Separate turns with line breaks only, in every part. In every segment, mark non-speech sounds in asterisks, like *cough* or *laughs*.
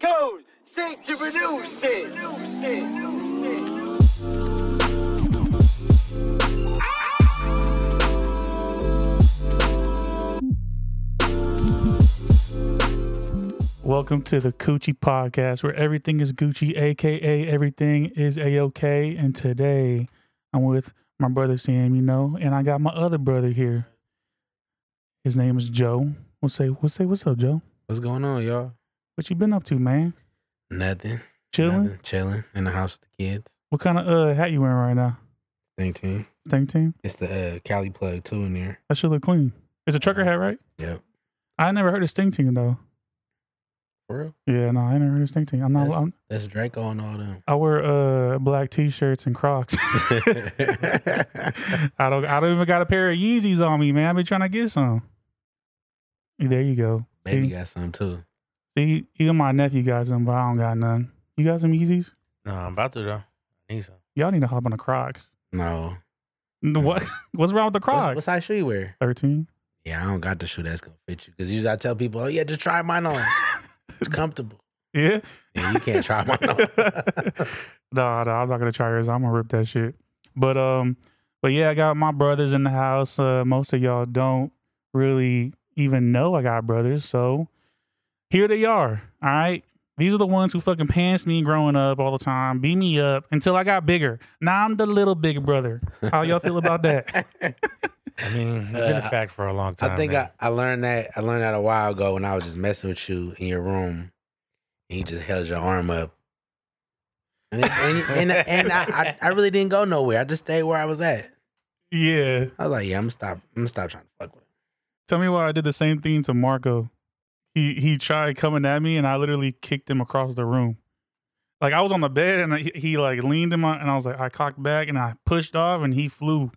code, set to renew shit. Renew shit. Renew
Welcome to the Coochie Podcast, where everything is Gucci, aka everything is a okay. And today, I'm with my brother Sam, you know, and I got my other brother here. His name is Joe. We'll say, we'll say, what's up, Joe?
What's going on, y'all?
What you been up to, man?
Nothing.
Chilling.
Nothing. Chilling in the house with the kids.
What kind of uh hat you wearing right now?
Thank team.
Stank team.
It's the uh, Cali plug too in there.
That should look clean. It's a trucker hat, right?
Yep.
I never heard of Sting Ting though.
For real.
Yeah, no, I never heard of Sting Ting. I'm not.
That's,
I'm,
that's Draco and all them.
I wear uh black t-shirts and Crocs. *laughs* I don't. I don't even got a pair of Yeezys on me, man. I've been trying to get some. There you go.
*laughs* Baby *laughs*
See,
got some too.
see, even my nephew got some, but I don't got none. You got some Yeezys?
No, I'm about to though. I need some.
Y'all need to hop on the Crocs.
No.
No, What? *laughs* What's wrong with the
What's,
Crocs?
what size shoe you wear?
Thirteen.
Yeah, I don't got the shoe that's gonna fit you. Cause usually I tell people, oh yeah, just try mine *laughs* on. It's comfortable.
Yeah.
Yeah, you can't try mine on. *laughs*
nah, nah, I'm not gonna try yours. I'm gonna rip that shit. But um, but yeah, I got my brothers in the house. Uh, most of y'all don't really even know I got brothers, so here they are. All right, these are the ones who fucking pants me growing up all the time, beat me up until I got bigger. Now I'm the little big brother. How y'all feel about that?
I mean, it's been
Uh,
a fact for a long time.
I think
man.
I, I learned that I learned that a while ago when I was just messing with you in your room, and you just held your arm up, and it- and, and, and I, I I really didn't go nowhere. I just stayed where I was at.
yeah,
I was like, *laughs* yeah, I'm gonna stop. I'm gonna stop trying to fuck with. Him.
tell me why I did the same thing to Marco. He he tried coming at me, and I literally kicked him across the room. Like I was on the bed, and he, he like leaned in my, and I was like, I cocked back, and I pushed off, and he flew.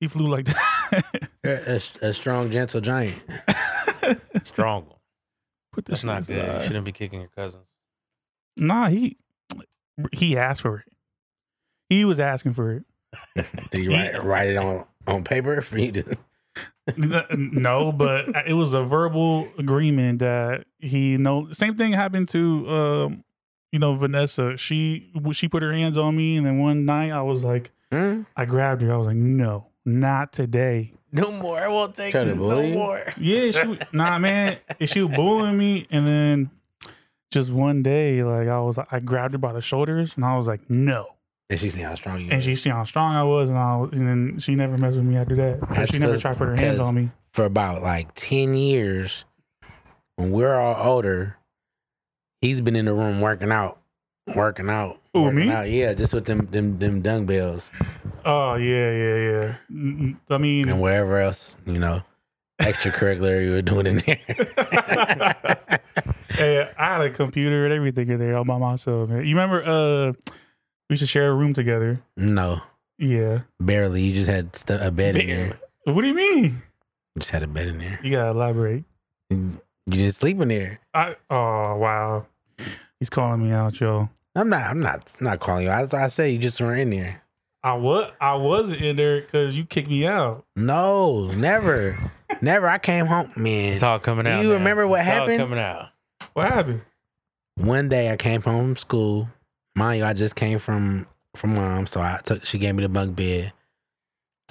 He flew like *laughs* that.
You're a, s- a strong, gentle giant.
strong one.
Put
That's not
shit
good. You
aside.
shouldn't be kicking your cousins.
Nah, he he asked for it. He was asking for it.
Did you write, write it on on paper for you to?
no, but it was a verbal agreement that he no. Same thing happened to um, you know Vanessa. She she put her hands on me, and then one night I was like,
*laughs* Hmm?
I grabbed her. I was like, no, not today.
No more. I won't take
Try to this no bully you?
more.
Yeah, she w- nah, man. And she was bullying me, and then just one day, like I was, I grabbed her by the shoulders, and I was like, no.
And she seen how strong you.
And
And
she seen how strong I was, and I was, and then she never messed with me after that. But
That's
she never
because-
tried to put her hands
because-
on me.
for about like ten years, when we're all older, he's been in the room working out, working out.
Who,
working
me?
Out. Yeah, just with them them them dumbbells
Oh yeah, yeah, yeah. Mm, mm. I mean,
and whatever else you know, extracurricular you were doing in
*laughs*
there.
Hey, I had a computer and everything in there all by myself. Man. You remember uh we used to share a room together.
no,
Yeah.
barely. You just had stu a bed in there. You
What do you mean?
just had a bed in there.
You gotta elaborate.
You didn't sleep in there.
I oh wow. He's calling me out, yo.
I'm not. I'm not. Not calling you. I thought I said you just were in there.
I was I wasn't in there because you kicked me out.
No, never,
*laughs*
never. I came home, man.
It's all coming
Do
out.
you
now.
remember what
It's
happened?
All coming *laughs* out.
What happened?
one day I came home from school. Mind you, I just came from from mom, so I took she gave me the bunk bed.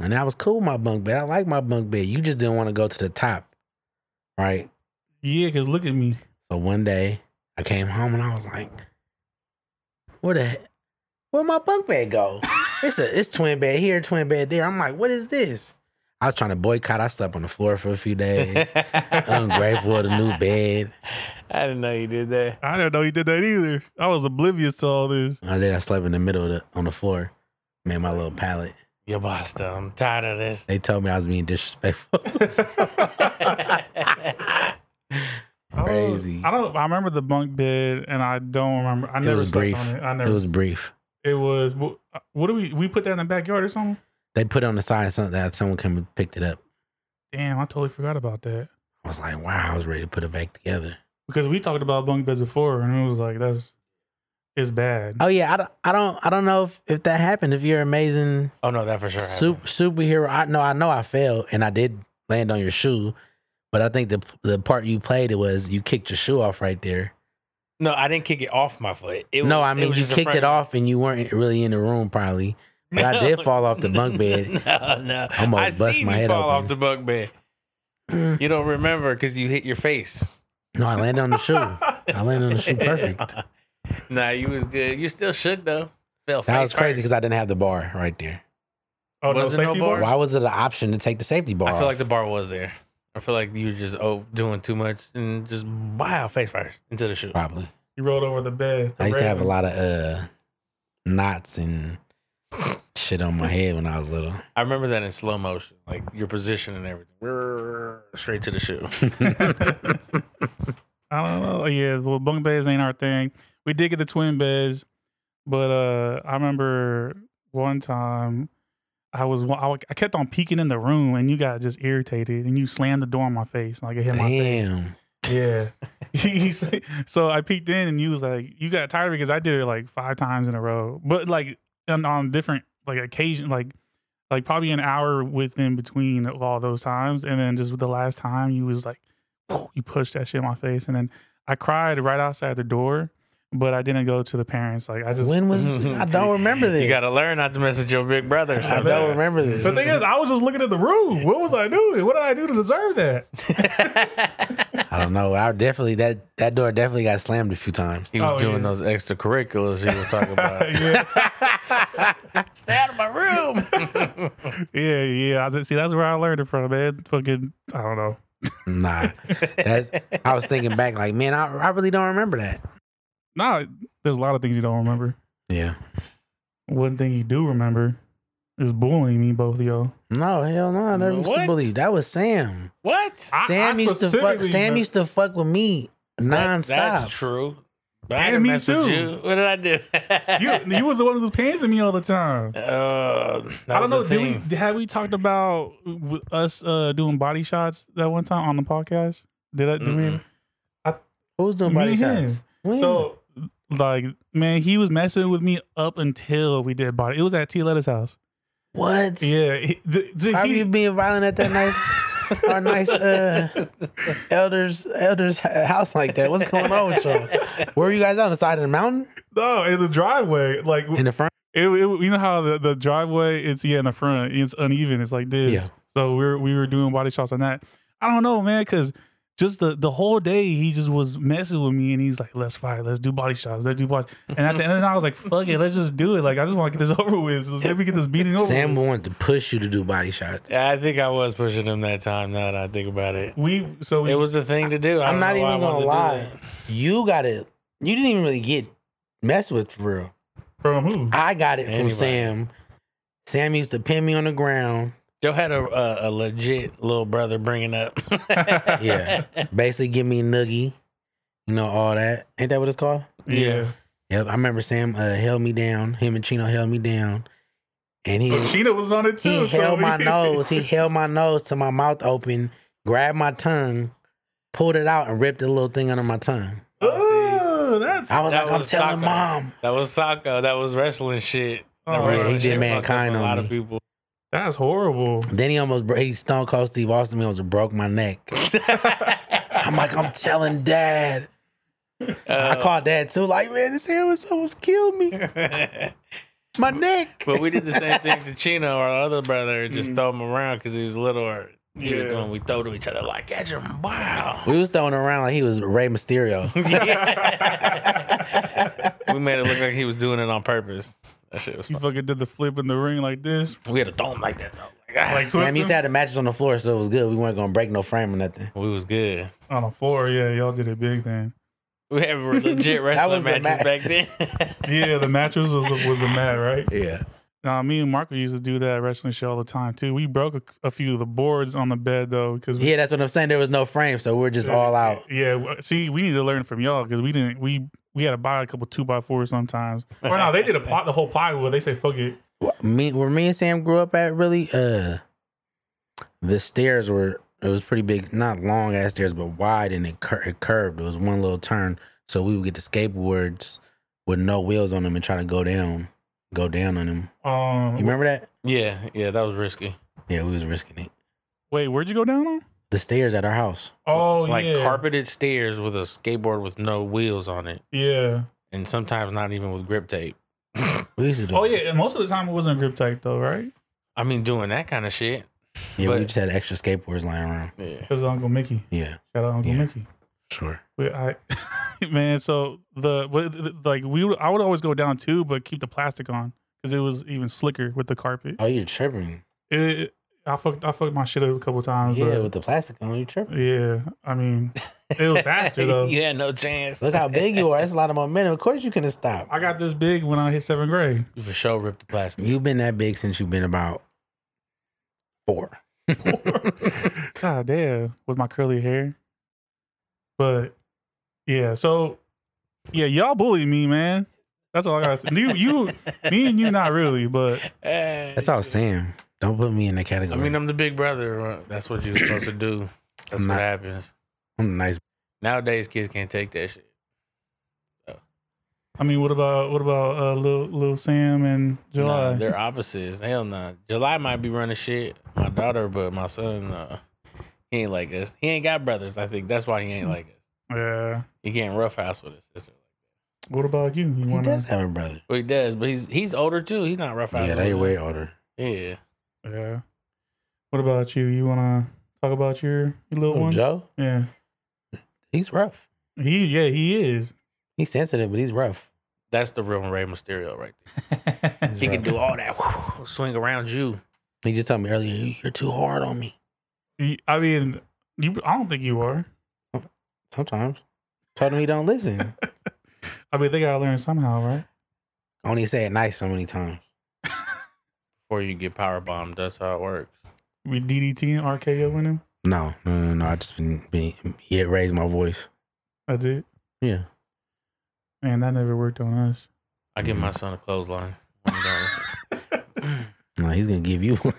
And I was cool with my bunk bed. I like my bunk bed. You just didn't want to go to the top. Right?
Yeah, cause look at me.
So one day I came home and I was like, where the he- where my bunk bed go? It's a it's twin bed here, twin bed there. I'm like, what is this? I was trying to boycott. I slept on the floor for a few
*laughs*
days. Ungrateful of the new bed.
I didn't know you did that.
I didn't know you did that either. I was oblivious to all this.
And then I slept in the middle of the, on the floor. Made my little pallet.
Your boss, though. I'm tired of this.
They told me I was being disrespectful.
I was-
Crazy.
I don't I remember the bunk bed and I don't remember I
it
never
was
slept
brief.
on it. I
It,
never
was brief.
it was what, what do we we put that in the backyard or something?
They put it on the side of something that someone came and picked it up.
Damn, I totally forgot about that.
I was like, wow, I was ready to put it back together.
Because we talked about bunk beds before, and it was like that's it's bad.
Oh yeah, I don't, I don't, I don't know if, if that happened. If you're amazing
Oh, no, that for sure.
super,
Soup.
superhero, I know, I know, I fell and I did land on your shoe, but I think the the part you played it was you kicked your shoe off right there,
No, I didn't kick it off my foot. It
no,
was-
I
it
mean
was
you
just in
kicked
front
it
of me.
off and you weren't really in the room probably. But I
*laughs*
did fall off the bunk bed.
No, no.
I'm gonna
I
bust
seen
my
you
head
fall
open.
off the bunk bed.
no,
You don't remember because you hit your face.
I landed on the shoe. I landed on the shoe
*laughs*
perfect.
nah, you was good. You still shook though. Fell
That
face
was crazy
first.
because I didn't have the bar right there.
Oh, no
Was it no
safety
bar?
bar?
Why was it an option to take the safety bar?
I feel like
off?
the bar was there. I feel like you were just oh, doing too much and just wow face first into the shoe.
probably.
You rolled over the bed.
I used to have a
Raven.
lot of uh knots and shit on my head when I was little.
I remember that in slow motion, like your position and everything, straight to the shoe.
I don't know. Yeah, well, bunk beds ain't our thing. We did get the twin beds, but uh, I remember one time I was I wa- I kept on peeking in the room, and you got just irritated, and you slammed the door on my face, like it hit my face.
Damn.
*laughs* Yeah. He's, so I peeked in, and you was like, you got tired because I did it like five times in a row, but like on, on different like occasion, like like probably an hour within between of all those times, and then just with the last time, you was like, you pushed that shit in my face, and then I cried right outside the door, but I didn't go to the parents. Like I just. *laughs*
When
*laughs*
was I don't remember this.
You gotta learn not to mess with your big brother.
I don't remember this.
The thing is, I was just looking at the room. What was I doing? What did I do to deserve that?
I don't know. I definitely that that door definitely got slammed a few
*laughs*
times.
He was
Oh,
doing
yeah.
those extracurriculars he was
*laughs*
talking about.
yeah.
Stay out of my room.
Yeah, yeah. I just, see, that's where I learned it from, man. Fucking, I don't know.
Nah, that's. I was thinking back, like, man, I, I really don't remember that.
Nah, there's a lot of things you don't remember.
Yeah.
One thing you do remember is bullying me, both of y'all.
No, hell no. I never used to
What?
bully. That was Sam.
what?
I-
Sam
I
used to fuck.
specifically
Sam
remem-
used to fuck with me
That-
nonstop.
That's true. But I
And
didn't
me
mess with
too.
you. What did I do?
You,
*laughs*
you was the one who was pantsing me all the time.
Uh, that
I don't
was
know.
the
Did
thing.
we had we talked about w- us uh, doing body shots that one time on the podcast? Did I? Did we?
Mm-mm.
Who's doing
Me
body
and him.
shots?
Mm-hmm.
When?
So, like, man, he was messing with me up until we did body. It was at T Letta's house.
what?
Yeah, he, d- d-
How
he-
you being violent at that
*laughs*
nice, our nice uh, elders elders h- house like that? What's going on with y'all? Where are you guys out on the side of the mountain
no in the driveway. Like,
in the front?
it, it- you know how the, the driveway it's yeah in the front it's uneven it's like this
Yeah.
so we were we were doing body shots on that i don't know man because just the the whole day he just was messing with me and he's like let's fight let's do body shots let's do
*laughs*
body and at the end i was like fuck it let's just do it like i just want to get this *laughs* over with so let me get this beating over
Sam
with.
wanted to push you to do body shots.
I think I was pushing him that time. Now that I think about it,
we so we,
it was the thing to do. I
I'm
don't
not
know
even
why I
gonna
wanted to
lie.
do
You got it. You didn't even really get messed with for real.
from who
I got it from
Anybody.
Sam. Sam used to pin me on the ground,
that. Joe had a, a, a legit little brother
*laughs*
bringing up. *laughs*
Yeah. basically give me a noogie, you know, all that. Ain't that what it's called?
yeah,
Yep. I remember Sam uh, held me down. Him and Chino held me down, and he
sheena was on it Oh, too
he
so
held
*laughs*
my
we-
nose. He held my nose to my mouth open, grabbed my tongue, pulled it out, and ripped a little thing under my tongue.
Ooh, that's
I was
That
like, I'm
was
telling
soccer.
mom.
that was soccer. That was wrestling shit. The
Oh, yeah, he
wrestling
did
shit fucked up
mankind
A
on
lot
me.
of people.
that's horrible
Then he almost bro- he Stone Cold Steve Austin almost broke my neck. I'm like, I'm telling dad.
Oh.
I called dad too. Like, man, this Harris almost killed me.
Uh,
My neck.
But we did the same thing to Chino, our other brother, and just throw him around because he was little. Or
Mm.
he
Yeah.
was doing, we throw to each other like, catch him, wow.
We was throwing around like he was Ray Mysterio.
we made it look like he was doing it on purpose. That shit was
you
fun.
fucking did the flip in the ring like this
We had to throw him like that though. Like, ah.
like
Sam
twisting
used to have the matches on the floor, so it was good. We weren't gonna break no frame or nothing.
we was good.
on the floor yeah y'all did a big thing *laughs*
We had legit wrestling
was a
matches
ma-
back then. *laughs*
yeah, the mattress was was the mat, right?
Yeah.
Nah, me and Marco used to do that wrestling show all the time too. We broke a, a few of the boards on the bed though, because
Yeah, that's what I'm saying. There was no frame, so we're just all out.
Yeah, w- see, we need to learn from y'all because we didn't. We we had to buy a couple two by fours sometimes. *laughs* Or no, they did a plot the whole plywood. They say fuck it.
Me where me and Sam grew up at really, uh the stairs were it was pretty big, not long ass stairs, but wide and it, cur- it curved. It was one little turn. So we would get the skateboards with no wheels on them and try to go down, go down on them. You
Um,
remember that?
yeah, yeah, that was risky.
Yeah, we was risking it.
wait, where'd you go down on?
the stairs at our house.
Oh
like
yeah,
carpeted stairs with a skateboard with no wheels on it,
yeah.
and sometimes not even with grip tape.
We used to do.
Oh yeah, and most of the time it wasn't grip tape though, right?
I mean, doing that kind of shit.
yeah.
but-
we just had extra skateboards lying around.
Yeah.
Because Uncle Mickey,
Yeah,
shout out Uncle
Yeah.
Mickey.
sure.
We, I, *laughs* man, so the but, th- like we would, I would always go down too, but keep the plastic on because it was even slicker with the carpet.
Oh, you're tripping.
It, I fucked I fucked my shit up a couple times.
Yeah,
but-
with the plastic on, you tripping.
yeah. I mean, it was faster
*laughs*
though.
*laughs* you had no chance.
Look how big *laughs* you are. That's a lot of momentum. Of course you couldn't stop.
I got this big when I hit seventh grade.
You for sure ripped the plastic.
You've been that big since you've been about four.
God damn, with my curly hair. But yeah, so yeah, y'all bullied me, man. That's all I gotta say. You, you, me, and you, not really, but
*laughs* That's all I was saying. Don't put me in that
I
category.
mean, I'm the big brother. uh, That's what you're supposed to do. That's
I'm
what
not-
happens.
I'm nice.
Nowadays, kids can't take that shit.
I mean, what about what about uh, little little Sam and July?
Nah, they're opposites. Hell no. July might be running shit. My daughter, but my son, uh, he ain't like us. He ain't got brothers. I think that's why he ain't like us.
yeah.
He can't roughhouse with his sister.
What about you? You
He
wanna?
does have a brother.
Well, he does, but he's he's older too. He's not roughhouse.
Yeah, they
with
way
us.
older.
Yeah.
Yeah. What about you? You wanna talk about your, your little
Oh,
ones?
Joe,
Yeah.
he's rough.
He yeah he
*laughs*
is.
He's sensitive, but he's rough.
That's the real Ray Mysterio right there.
He's
He can
rough.
do all that whew, swing around you.
He just told me earlier, "You- you're too hard on me.
He- I mean, you. I don't think you are.
Sometimes. Told him he don't *laughs* listen.
I mean, they gotta learn somehow, right?
Only say it nice so many times.
before you get power bombed. That's how it works.
We DDT and RKO in him.
No, no, no, no. I just been being yeah, raised my voice.
I did.
Yeah.
Man, that never worked on us.
I
Mm-hmm.
give my son a clothesline. when he don't listen.
No, he's gonna give
*laughs*
you *laughs*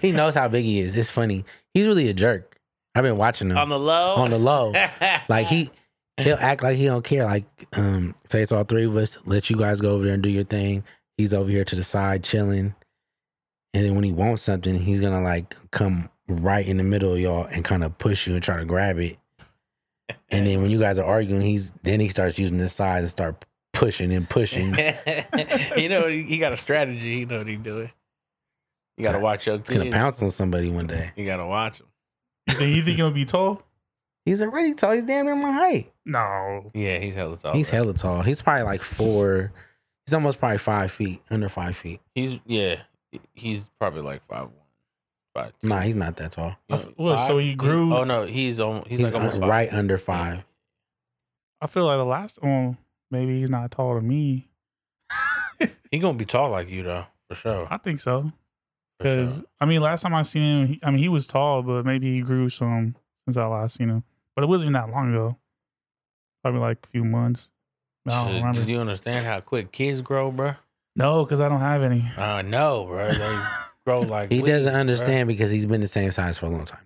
he knows how big he is. It's funny. He's really a jerk. I've been watching him
on
on
the low.
the, low.
*laughs*
like he he'll act like he don't care. Like um, say it's all three of us. Let you guys go over there and do your thing. He's over here to the side chilling. And then when he wants something, he's gonna like come right in the middle of y'all and kind of push you and try to grab it. And then when you guys are arguing, he's then he starts using his size and start pushing and
*laughs*
pushing.
you know he, he got a strategy. You know what he doing. You gotta watch your
He's gonna
kids.
pounce on somebody one day.
You gotta watch him.
You think, you think he'll be tall?
He's already tall. He's damn near my height.
No.
Yeah, he's hella tall.
he's
bro.
hella tall. He's probably like four. He's almost probably five feet, under five feet.
He's yeah. He's probably like five one, five two.
Nah, he's not that tall.
I f- what, so he
Five-
grew-
oh no, he's on. He's,
He's,
like almost
un-
five.
right under five.
I feel like the last one. Maybe he's not tall to me.
He gonna be tall like you though, for sure.
I think so.
For sure.
Because I mean, last time I seen him, he, I mean, he was tall, but maybe he grew some since I last seen him. But it wasn't even that long ago. Probably like a few months. I don't
Shit,
remember.
Do you understand how quick kids grow, bro?
no, because I don't have any. *laughs*
I know, bro. Uh, They grow like
He
weeds,
doesn't
bro.
understand because he's been the same size for a long time.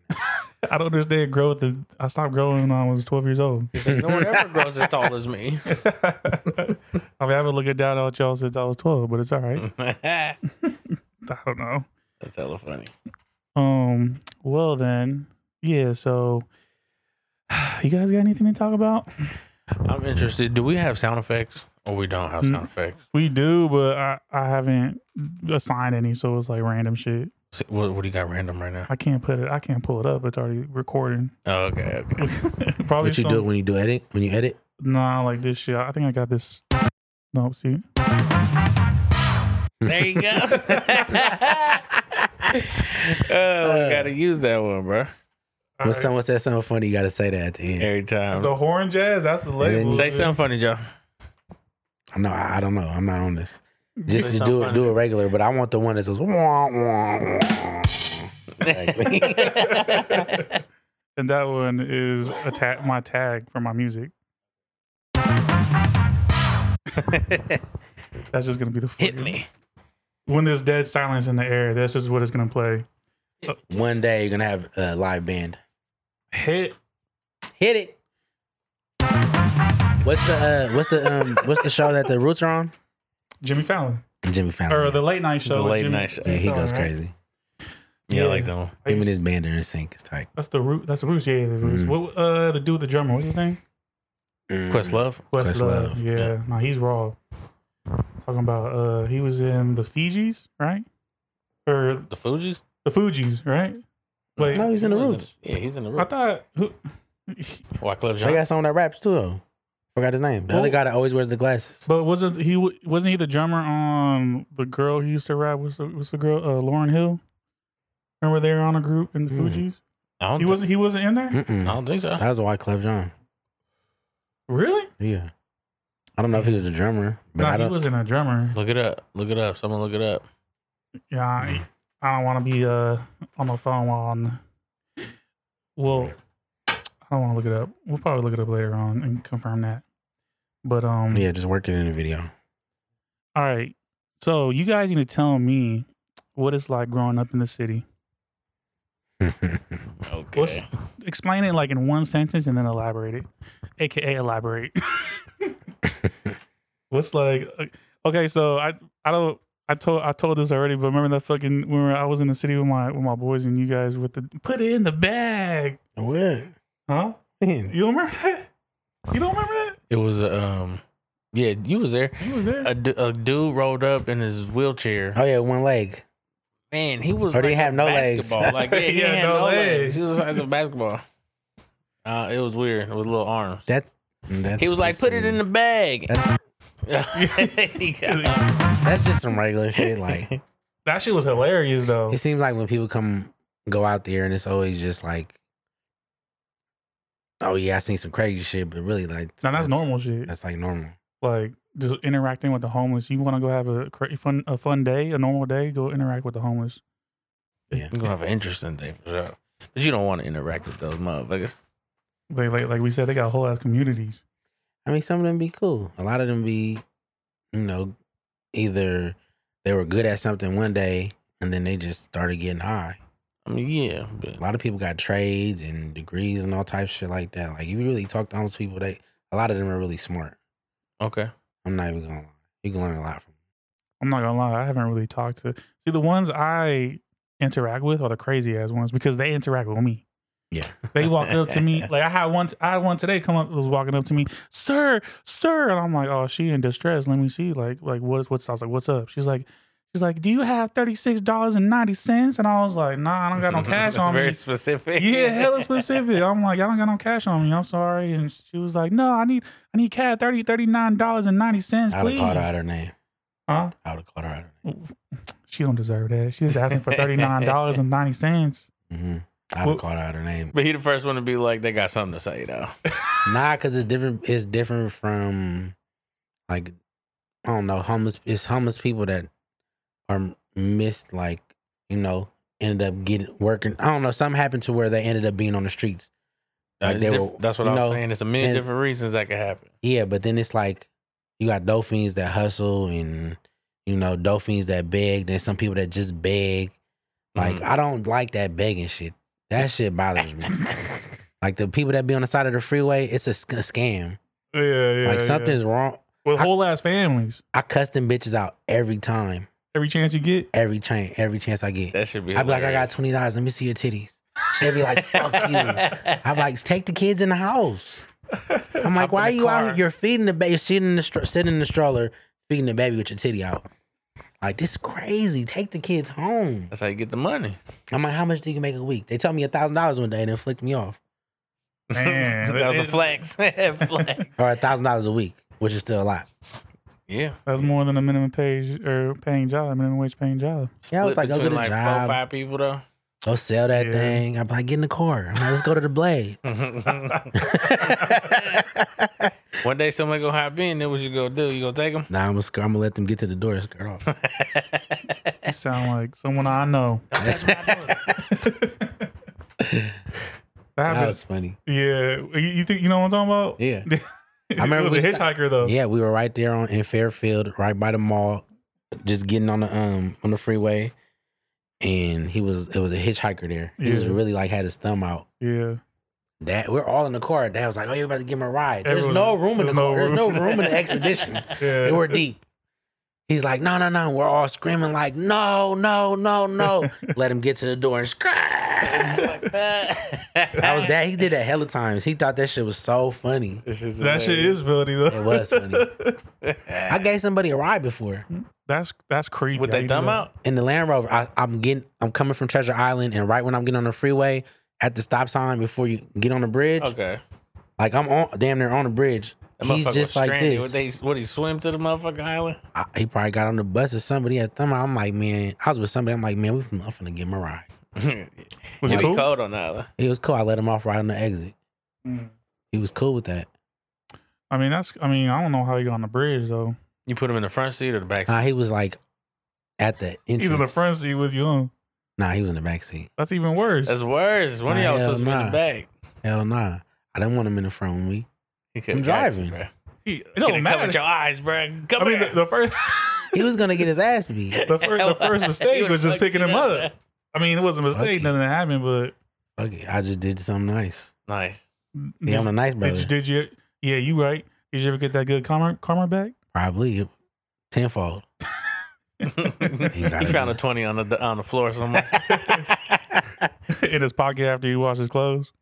I don't understand growth. and- I stopped growing when I was 12 years old. *laughs*
He's like, no one ever grows as tall as me.
*laughs*
I mean, I've been looking down at y'all since I was 12, but it's all right.
That's
I don't know.
hella funny.
Um. Well, then, yeah. So, *sighs* you guys got anything to talk about?
I'm interested. Do we have sound effects or we don't have
Mm.
sound effects?
We do, but I I haven't assigned any, so it's like random shit.
S- What, what do you got random right now?
I can't put it. I can't pull it up. It's already *laughs* recording.
Oh, okay, okay.
Probably
What you
some-
do when you do edit? When you edit?
Nah, like this shit. I think I got this. Nope. See.
There you go. oh, we gotta use that one, bro.
All
when
right.
someone says something funny, you gotta say that at the end.
Every time.
The horn jazz. That's the
then
label.
you-
Say something funny, Joe.
I know. I, I don't know. I'm not on this.
Say
Just to
something
do it.
funny.
Do it regular. But I want the one that says wah wah.
*laughs*
wah. Exactly. *laughs*
And that one is a ta- my tag for my
*laughs*
music. That's just gonna be the
Hit
fucking-
me.
when there's dead silence in the air. That's just what it's gonna play.
one day you're gonna have a live band.
Hit.
Hit it. What's the uh, what's the um, what's the show that the Roots are on?
Jimmy Fallon
Jimmy Fallon.
or the late night show.
The
with
late
Jimmy-
night show.
yeah, he
Fallon,
goes
right?
crazy.
Yeah,
Yeah.
I like that one.
Him and his band are in sync. It's tight.
That's the root. That's the roots. Yeah, the roots.
Mhm.
What uh, the dude, the drummer. What's his name? Mm.
Mm.
Quest Love.
Questlove.
Questlove,
Yeah,
yeah.
no, he's raw. Talking about uh, he was in the Fijis, right? Or
The Fugees?
the Fugees, right? Wait,
No, Oh, he's in the
He was
Roots.
Yeah, he's in the
I
Roots.
thought who?
Why Club
They
John?
got someone that raps too. though. Forgot his name. The
Who?
other guy that always wears the glasses.
But wasn't he? w- Wasn't he the drummer on the girl he used to rap? Was the, was the girl uh, Lauren Hill? Remember they were on a group in the
Mm. Hmm?
Fugees.
I don't,
He
thi-
wasn't. He wasn't in there.
I
Mm-mm.
don't think so.
That was a White Clef John.
Really?
Yeah. I don't know if he was a drummer, but I
no,
don't.
he wasn't a drummer.
Look it up. Look it up. Someone look it up.
Yeah, I, I don't want to be uh on the phone while on. Well, I don't want to look it up. We'll probably look it up later on and confirm that. But um,
yeah, just working in
*laughs*
the video.
all right. So you guys need to tell me what it's like growing up in the city.
Okay.
What's, explain it like in one sentence and then elaborate it, aka elaborate. *laughs* What's like? uh, Okay, so I I don't I told I told this already, but remember that fucking when I was in the city with my with my boys and you guys with the put it in the bag,
what?
huh?
Man.
You don't remember that? You don't remember that?
It was a um, yeah, you was there.
You was there?
A, du- a dude rolled up in his wheelchair.
Oh yeah, one leg.
Man, he was.
Or did
like
he Oh, have
a
no legs?
basketball. Like yeah,
*laughs*
he,
Yeah,
had
no
no, legs.
legs.
He was the size of a basketball. Uh, it was weird with little arms.
That's that's.
He was like,
just
"Put it
some-
in the bag."
*laughs*
*laughs*
That's
He got-
that's just some regular shit. Like
*laughs* that shit was hilarious though.
it seems like when people come go out there and it's always just like, oh yeah, I seen some crazy shit, but really like
Now that's normal shit.
That's like normal.
like just interacting with the homeless. You want to go have a cra- fun a fun day, a normal day, go interact with the homeless.
You're gonna have an interesting day for sure. But you don't want to interact with those motherfuckers.
They like like we said, they got whole ass communities.
I mean, some of them be cool. A lot of them be, you know, either they were good at something one day and then they just started getting high.
I mean, yeah, but
A lot of people got trades and degrees and all types of shit like that. Like, if you really talk to homeless people, they a lot of them are really smart.
okay.
I'm not even gonna lie. You can learn a lot from.
I'm not gonna lie, I haven't really talked to. See, the ones I interact with are the crazy ass ones because they interact with me.
Yeah.
they walked up to
*laughs*
me like I had one. I had one today come up was walking up to me, sir, sir, and I'm like, oh, she in distress. Let me see, like, like what is what's? I was like, what's up? She's like. She's like, "Do you have thirty six dollars and ninety cents?" And I was like, "Nah, I don't
*laughs*
got no cash
That's
on
very
me."
specific. *laughs*
yeah,
*laughs*
hella specific. I'm like, I don't got no cash on me. I'm sorry. And she was like, No, I need I need cash, thirty thirty nine dollars and ninety cents,
I would
please.
have called her out her name.
Huh?
I would have called her out her
*laughs* She don't deserve that. She's asking for thirty nine dollars and ninety cents.
name. hmm I would have
Well-
called her out her name.
But he the first one to be like, they got something to say though.
Nah, cause it's different. It's different from like I don't know homeless. It's homeless people that are missed. Like you know, ended up getting working. I don't know. Something happened to where they ended up being on the streets. Like
It's
they
diff-
were-
that's what
you
I was
know,
saying. It's a million
and-
different reasons that could happen.
Yeah, but then it's like you got dolphins that hustle and you know dolphins that beg. Then some people that just beg. Like
Mm-hmm.
Mhm.
I don't like that begging shit. That shit
*laughs*
bothers me. like the people that be on the side of the freeway, it's a, sc- a scam.
Yeah, yeah.
like something's wrong.
with whole ass families.
I cuss them bitches out every time.
Every chance you get.
Every chance, every chance I get.
That should be.
I'd be like, I got
hilarious.
twenty dollars. Let me see your titties. She'd be like,
*laughs*
fuck you. I'm like, take the kids in the house. I'm like,
Hop
why are
in the
you out
car.
here? You're feeding the baby. You're sitting in the stro- sitting in the stroller, feeding the baby with your titty out. Like this is crazy. Take the kids home.
That's how you get the *laughs* money.
I'm like, how much do you make a week? They told me a thousand dollars one day and then flicked me off,
*laughs* Man,
that was a
it-
flex. *laughs* flex.
or a thousand dollars a week, which is still a lot.
Yeah.
That's more than a minimum page or paying job, minimum wage paying
*laughs*
job.
Yeah, I was like,
Split
go get
between
a
like four,
job,
five people though.
go sell that
Yeah.
thing. I'm like, get in the car. I'm like, let's go to the blade.
One day somebody gonna hop in. Then what you gonna do? You gonna take them?
Nah, I'm gonna, I'm gonna let them get to the door and skirt *laughs* off.
You sound like someone I
*laughs*
know. *laughs* That
That
happened-
was funny.
yeah, you, you think you know what I'm talking about?
Yeah.
*laughs* I
remember
remember it was
we
a
stopped-
hitchhiker though.
Yeah, we were right there on in Fairfield, right by the mall, just getting on the um on the freeway. And he was it was a hitchhiker there. He was
Yeah.
really like had his thumb out.
yeah.
Dad, we're all in the car. Dad was like, Oh, you're about to give him a ride. There's
Everyone-
no room in the
there's no
car. There's no *laughs*
room.
room in the expedition.
Yeah.
They were deep. He's like, no, no, no. We're all screaming like, no, no, no, *laughs* no. Let him get to the door and scream. that
Fuck that.
was that. He did that hella times. He thought that shit was so funny.
This is
That shit
*laughs* hilarious.
is funny though.
It was
*laughs*
funny. I gave somebody a ride before
That's that's creepy.
With
How
they
you do
thumb
that?
out?
in the Land Rover. I, I'm getting, I'm coming from Treasure Island, and right when I'm getting on the freeway at the stop sign before you get on the bridge,
Okay.
like I'm on damn near on the bridge.
That
He's
motherfucker
just
was
like
stranded.
this.
What, they, what, he swim to the motherfucking *laughs* island?
I, he probably got on the bus or somebody had thumb. out. I'm like, man, I was with somebody. I'm like, man, we from, I'm finna give him a ride.
It'd
Was it
be
cool?
cold on the island.
He was cool. I let him off right on the exit.
Mm.
He was cool with that.
I mean, that's. I mean, I don't know how you got on the bridge though.
You put him in the front seat or the back seat?
Nah, he was like at the entrance.
He's in the front seat with you. On.
Nah, he was in the back seat.
That's even worse.
That's worse. One of
Nah,
y'all was
hell
supposed to be in
nah.
the back.
Hell nah. I didn't want him in the front with me.
He coulda
I'm
got
driving.
You, bro.
He- it
Coulda
don't
covered
matter.
your eyes, bro. Come
I mean, the,
here.
the first
He was gonna get his ass beat.
the first the first
*laughs* He
mistake
would've
was just
fucked
picking
you
him
up,
up. I mean, it was a mistake.
Fuck it.
Nothing happened, but
Fuck it. I just did something nice.
bro. Nice.
*laughs* Yeah, I'm a nice brother.
Did you, did you? Yeah, you right. Did you ever get that good karma karma back?
Probably tenfold.
*laughs* he
gotta
found
do
a twenty on the on the floor somewhere.
*laughs* in his pocket after you wash his
*laughs*
clothes.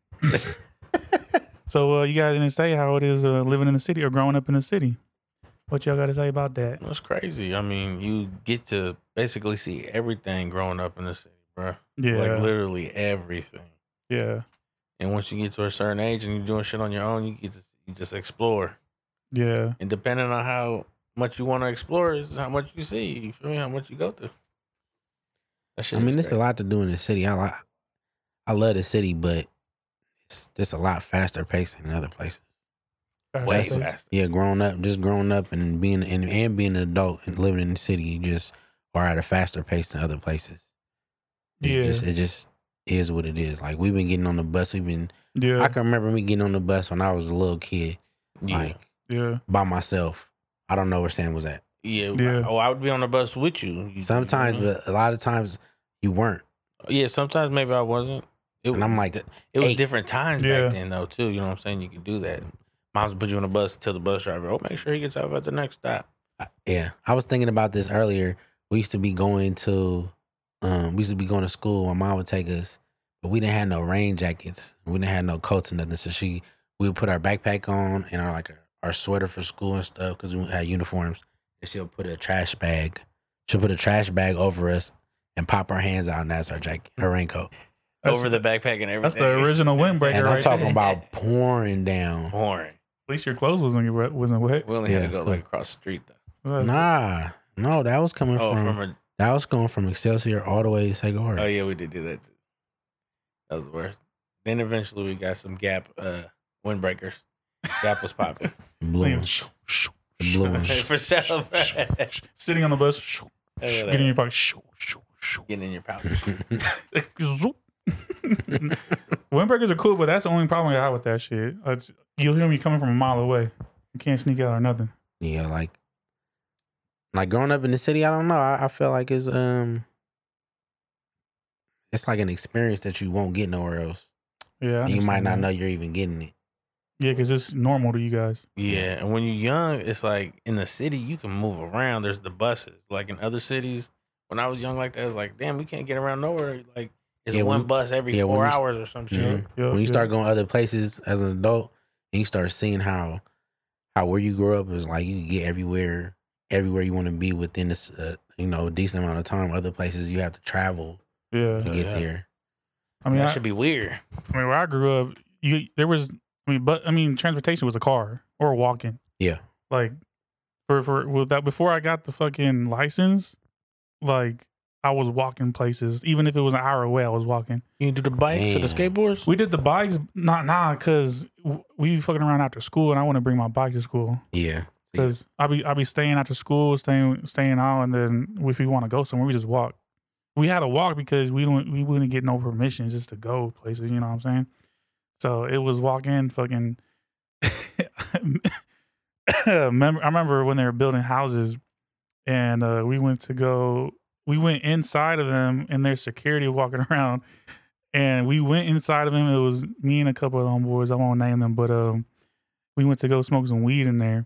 so uh, you guys didn't say how it is uh, living in the city or growing up in the city. What y'all got to say about that?
That's crazy. I mean, you get to basically see everything growing up in the city, bro.
Yeah,
Like literally everything.
yeah,
And once you get to a certain age and you're doing shit on your own, you get to you just explore.
yeah.
And depending on how much you want to explore is how much you see. You feel me? How much you go through. That shit
I mean,
is
it's a
crazy.
lot to do in the city. I like, I love the city, but it's just a lot faster paced than other places.
way
That's-
faster.
Yeah, growing up, just growing up and being and, and being an adult and living in the city, you just are at a faster pace than other places. It
Yeah.
just it just is what it is. Like we've been getting on the bus. We've been
Yeah,
I can remember me getting on the bus when I was a little kid,
Yeah.
like
yeah,
by myself. I don't know where Sam was at.
Yeah.
Yeah.
Oh, I would be on the bus with you. You- you
Sometimes,
know?
but a lot of times you weren't.
yeah, sometimes maybe I wasn't. It,
And I'm like,
it was
eight.
different times
Yeah.
back then though too. You know what I'm saying? You could do that. Mom's put you on the bus tell the bus driver, oh, make sure he gets off at the next stop.
Yeah, I was thinking about this earlier. We used to be going to, um, we used to be going to school. My mom would take us, but we didn't have no rain jackets. We didn't have no coats or nothing. So she, we would put our backpack on and our like our sweater for school and stuff because we had uniforms. And she'll put a trash bag. She'll put a trash bag over us and pop her hands out, and that's our jacket, her raincoat.
That's-
Over the backpack and everything.
that's the original windbreaker
And I'm
right
talking
there.
about pouring down.
*laughs* Horn.
At least your clothes wasn't wet- wasn't wet.
We only
Yeah,
had
it's
to go
cool.
like across the street though.
That's-
Nah, no, that was coming
Oh,
from,
from a,
that was going from Excelsior all the way to Segura.
oh yeah, we did do that. Too. That was the worst. Then eventually we got some gap uh, windbreakers. Gap
*laughs*
was popping
Blue
Man,
one. The blue one.
*laughs* for sure. bro.
Sitting on the bus, shoo,
Look
shoo,
at
getting in
that.
your pocket. shoo, shoo, shoo.
Getting in your pouch.
Zoop. Windbreakers are cool, but that's the only problem I got with that shit. It's- you'll hear me coming from a mile away. You can't sneak out or nothing.
Yeah, like like growing up in the city, I don't know. I, I feel like it's um it's like an experience that you won't get nowhere else.
Yeah, I
And you might
understand
not
that.
know you're even getting it.
Yeah, because it's normal to you guys.
Yeah, and when you're young, it's like in the city you can move around. There's the buses. Like in other cities, when I was young like that, it's like, damn, we can't get around nowhere. Like it's
Yeah,
one
when-
bus every
yeah, when
four
you s-
hours or some shit.
Mhm.
Yeah,
When you
yeah.
start going other places as an adult and you start seeing how how where you grew up is like you can get everywhere everywhere you want to be within this uh, you know decent amount of time. Other places you have to travel
yeah.
to
Oh,
get
yeah.
there.
I mean,
that
I,
should be weird.
I mean, where I grew up, you there was. I mean, but I mean, transportation was a car or walking.
Yeah.
Like, for for well, that before I got the fucking license, like I was walking places. Even if it was an hour away, I was walking.
You can do the bikes or the
Damn.
skateboards. *laughs*
We did the bikes, not nah, cause w- we fucking around after school, and I want to bring my bike to school.
Yeah. Yeah.
Cause I be I be staying after school, staying staying out, and then if we want to go somewhere, we just walk. We had to walk because we don't we wouldn't get no permissions just to go places. You know what I'm saying? So it was walking fucking. *laughs* Remember, I remember when they were building houses, and uh, we went to go. We went inside of them, and there's security walking *laughs* around. And we went inside of them. It was me and a couple of homeboys. I won't name them, but um, we went to go smoke some weed in there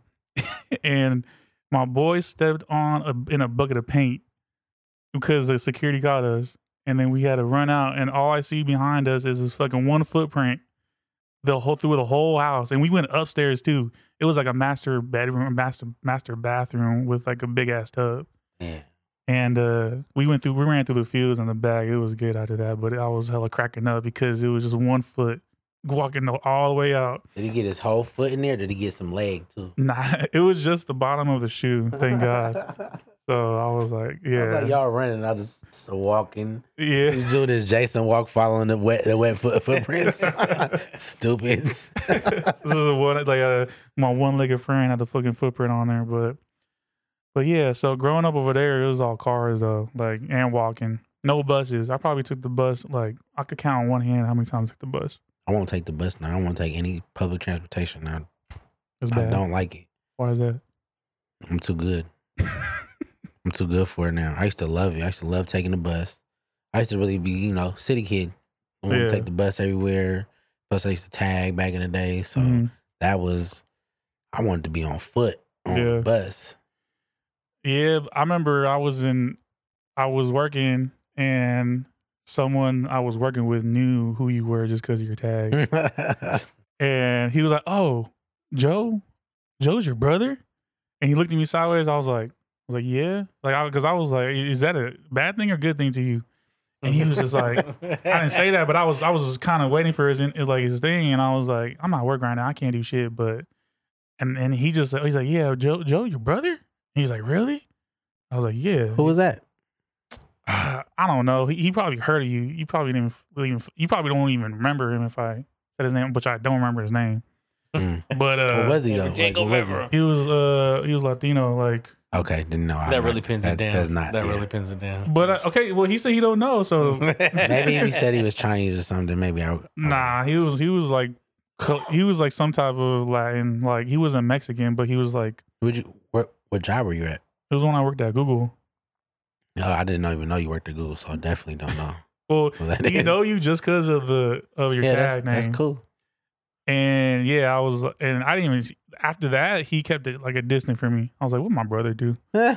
and My boy stepped on a, in a bucket of paint because the security caught us, and then we had to run out. And all I see behind us is this fucking one footprint, the whole through the whole house. And we went upstairs too. It was like a master bedroom, master master bathroom with like a big ass tub.
Yeah.
And uh, we went through, we ran through the fields in the back. It was good after that, but I was hella cracking up because it was just one foot walking the- all the way out.
Did he get his whole foot in there? Or did he get some leg too?
Nah, *laughs* it was just the bottom of the shoe. Thank
*laughs*
God. So I was like, yeah,
I was like, y'all running. I just, just walking.
yeah. *laughs*
He's doing his Jason walk, following the wet, the wet foot,
*laughs*
footprints. Stupids.
this is a one like uh, my one-legged friend had the fucking footprint on there, but but yeah. So growing up over there, it was all cars though, like and walking. No buses. I probably took the bus like I could count on one hand how many times I took the bus.
I won't take the bus now. I won't take any public transportation now.
It's
I
bad.
don't like it.
Why is that?
I'm too good. I'm too good for it now. I used to love it. I used to love taking the bus. I used to really be, you know, city kid. I would
Yeah.
take the bus everywhere. Plus, I used to tag back in the day. So
Mhm.
that was, I wanted to be on foot on
Yeah.
the bus. *laughs*
Yeah, I remember I was in, I was working and someone I was working with knew who you were just because of your tag. and he was like, "Oh, Joe, Joe's your brother," and he looked at me sideways. I was like, "I was like, yeah, like, I because I, was like, is that a bad thing or good thing to you?" And he was
*laughs*
just like, "I didn't
*laughs*
say that, but I was, I was just kind of waiting for his, in- like, his thing." And I was like, "I'm not working right now. I can't do shit." But, and and he just, he's like, "Yeah, Joe, Joe, your brother?" He's like, "Really?" I was like, "Yeah."
Who was that?
*sighs* I don't know. He, he probably heard of you. You probably didn't even. You probably don't even remember him if I said his name, which I don't remember his name.
Mm.
*laughs* But uh,
Who was he though?
Jake
Like, who was he?
O'Mara.
He was uh he was Latino, like.
Okay, didn't know. I
That
don't-
really pins
that,
it down.
That's not.
that
yeah.
really pins it down.
But uh, okay, well he said he don't know,
*laughs*
so
Maybe if he said
*laughs*
he was Chinese or something, maybe I. would-
nah, he was he was like co- he was like some type of Latin, like he wasn't Mexican, but he was like
Would you? What, what job were you at?
it was when I worked at Google.
No, I didn't even know you worked at Google, so I definitely don't know.
Well,
who that
he
is.
know you just because of the of your
yeah, that's,
tag name.
that's cool. *laughs*
And yeah, I was, and I didn't even. After that, he kept it like a distance from me. I was like, "What my brother do?"
he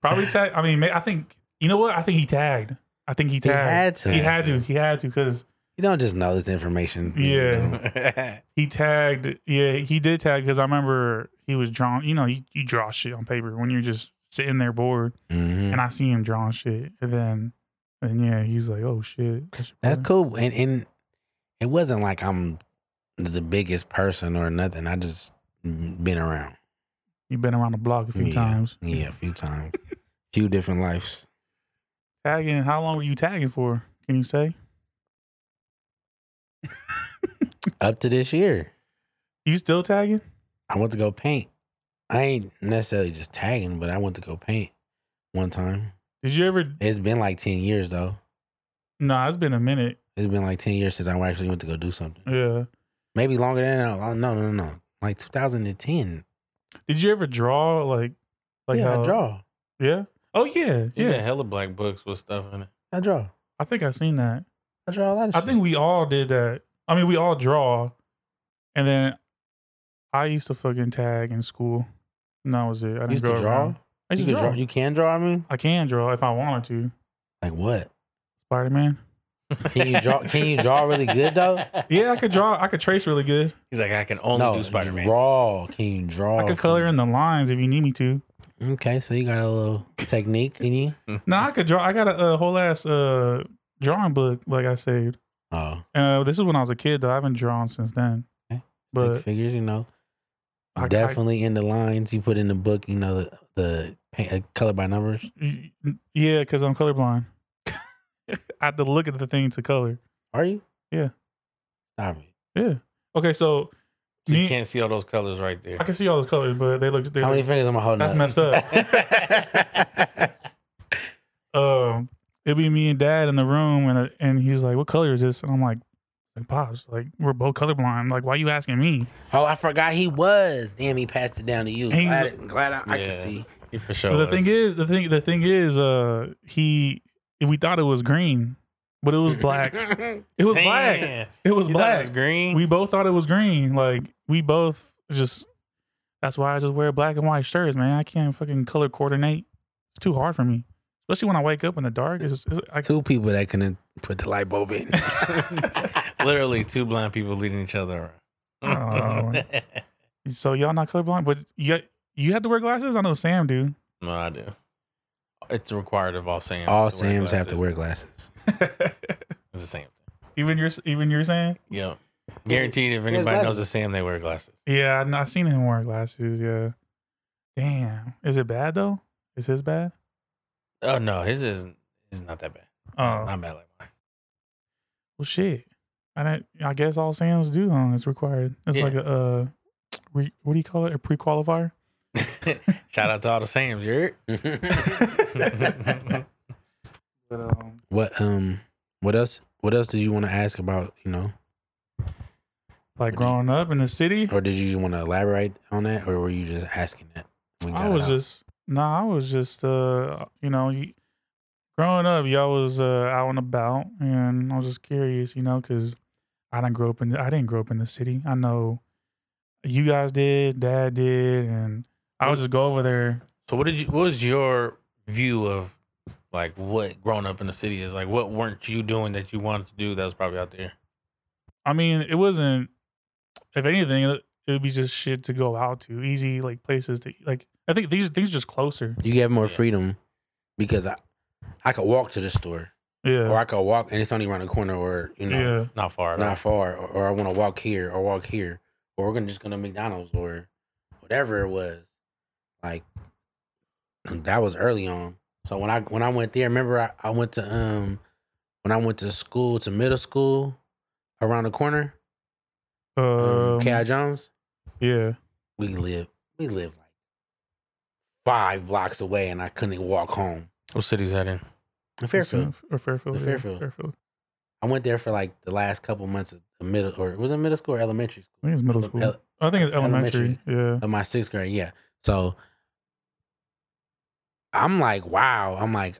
Probably tag. I mean, ma- I think you know what? I think he tagged. I think he tagged.
had to.
He had to. He had to because
You don't just know this information.
Yeah.
yeah,
He tagged, yeah, he did tag because I remember he was drawing. You know, you, you draw shit on paper when you're just sitting there bored,
hmm
and I see him drawing shit, and then, and yeah, he's like, "Oh shit, that's, your
That's
brother."
cool. And and it wasn't like I'm the biggest person or nothing. I just been around.
You've been around the block a few
Yeah.
times.
Yeah, a few
*laughs*
times. few different lives.
Tagging. How long were you tagging for? Can you say?
Up to this year.
You still tagging?
I went to go paint. I ain't necessarily just tagging, but I went to go paint one time.
Did you ever?
It's been like ten years though.
Nah, it's been a minute.
It's been like ten years since I actually went to go do something.
Yeah.
Maybe longer than that. Oh, No, no, no, no. Like 2010.
Did you ever draw like, like
yeah,
how,
I draw.
Yeah. Oh yeah, yeah.
hella black books with stuff in it.
I draw.
I think I seen that.
I draw a lot of
I
shit.
think we all did that. I mean, we all draw, and then I used to fucking tag in school, and that was it. I didn't
used to
go
draw?
around. I
you
used
can
to
draw.
draw.
You can draw. I mean,
I can draw if I wanted to.
like what?
Spider
*laughs*
Man.
Can you draw- can you draw really good, though?
Yeah, I could draw. I could trace really good.
He's like, I can *laughs* only do Spider Man.
Draw. Can you draw?
I could color in the lines if you need me to.
Okay, so you got a little technique in you.
No, I could draw. I got a, uh whole ass uh, drawing book, like I saved.
Oh,
Uh, this is when I was a kid, though. I haven't drawn since then.
Okay.
But
Eh, stick figures. You know,
I- I-
definitely in the lines you put in the book. You know, the the paint, uh, color by numbers.
Y- Yeah, because I'm colorblind. *laughs* I have to look at the thing to color.
Are you?
Yeah.
Stop it.
Yeah. Okay, so
So you
Me-
can't see all those colors right there.
I can see all those colors, but they look. They
How many
look
fingers am I holding?
that's
up?
messed
*laughs*
up. *laughs* Um, it'd be me and dad in the room, and uh, and he's like, "What color is this?" And I'm like, "Like pops, like we're both colorblind. Like why you asking me?"
*laughs* oh, I forgot he was. Damn, he passed it down to you.
He's-
Glad, glad I, I
Yeah.
can see.
You for sure.
the
was.
thing is, the thing, the thing is, uh, he we thought it was green, but it was
*laughs*
black. it was black.
Damn.
It was
You thought
black.
it was green.
we both thought it was green. Like we both just That's why I just wear black and white shirts, man. I can't fucking color coordinate. It's too hard for me, especially when I wake up in the dark. It's, it's I,
*laughs* Two people that couldn't put the light bulb
*laughs*
in. *laughs*
Literally, two blind people leading each other around.
Oh. so y'all not colorblind, but you you have to wear glasses. I know Sam do.
*laughs* no, I do. It's required of all Sams.
All
to wear
Sams have to
glasses.
wear
*laughs*
glasses.
It's the same.
even you're even you're saying,
Yeah. Guaranteed, if anybody knows a Sam, they wear glasses.
yeah. I kn- I seen him wear glasses. Yeah. Damn, is it bad though? Is his bad?
Oh no, his isn't. His is not that bad.
Oh
Not bad like mine.
well, shit. I don't, I guess all Sams do. Huh? It's required. It's
Yeah.
like a uh, re, what do you call it? A pre qualifier.
*laughs* Shout out to all the Sams. You're.
But um,
what um what else what else did you want to ask about, you know?
like growing up in the city,
Or did you just want to elaborate on that or were you just asking that? when you
I
got it
was
out?
just nah, I was just uh you know, you, growing up y'all was uh out and about and I was just curious, you know, cuz I didn't grow up in the, I didn't grow up in the city. I know you guys did, dad did and I would just go over there.
So what did you? What was your view of like what growing up in the city is like? What weren't you doing that you wanted to do that was probably out there?
I mean, it wasn't if anything it would be just shit to go out to, easy like places to like I think these things just closer.
you get more
Yeah.
freedom because I I could walk to the store or
Yeah.
I could walk and it's only around the corner or you know
Yeah.
Not far at all.
not far or, or I want to walk here or walk here or we're gonna just gonna McDonald's or whatever it was like that was early on so when I when I went there remember I, I went to um when I went to school to middle school around the corner um,
Um,
Cal Jones
yeah.
we live we live like five blocks away and I couldn't walk home
What city's that *laughs* in?
Fairfield
Or Fairfield.
The
yeah,
Fairfield.
Fairfield.
I went there for like the last couple months of middle or was it middle school or elementary school
I think it's middle
Ele-
school. I think it's elementary. Yeah.
of my sixth grade. Yeah. So I'm like, wow. I'm like,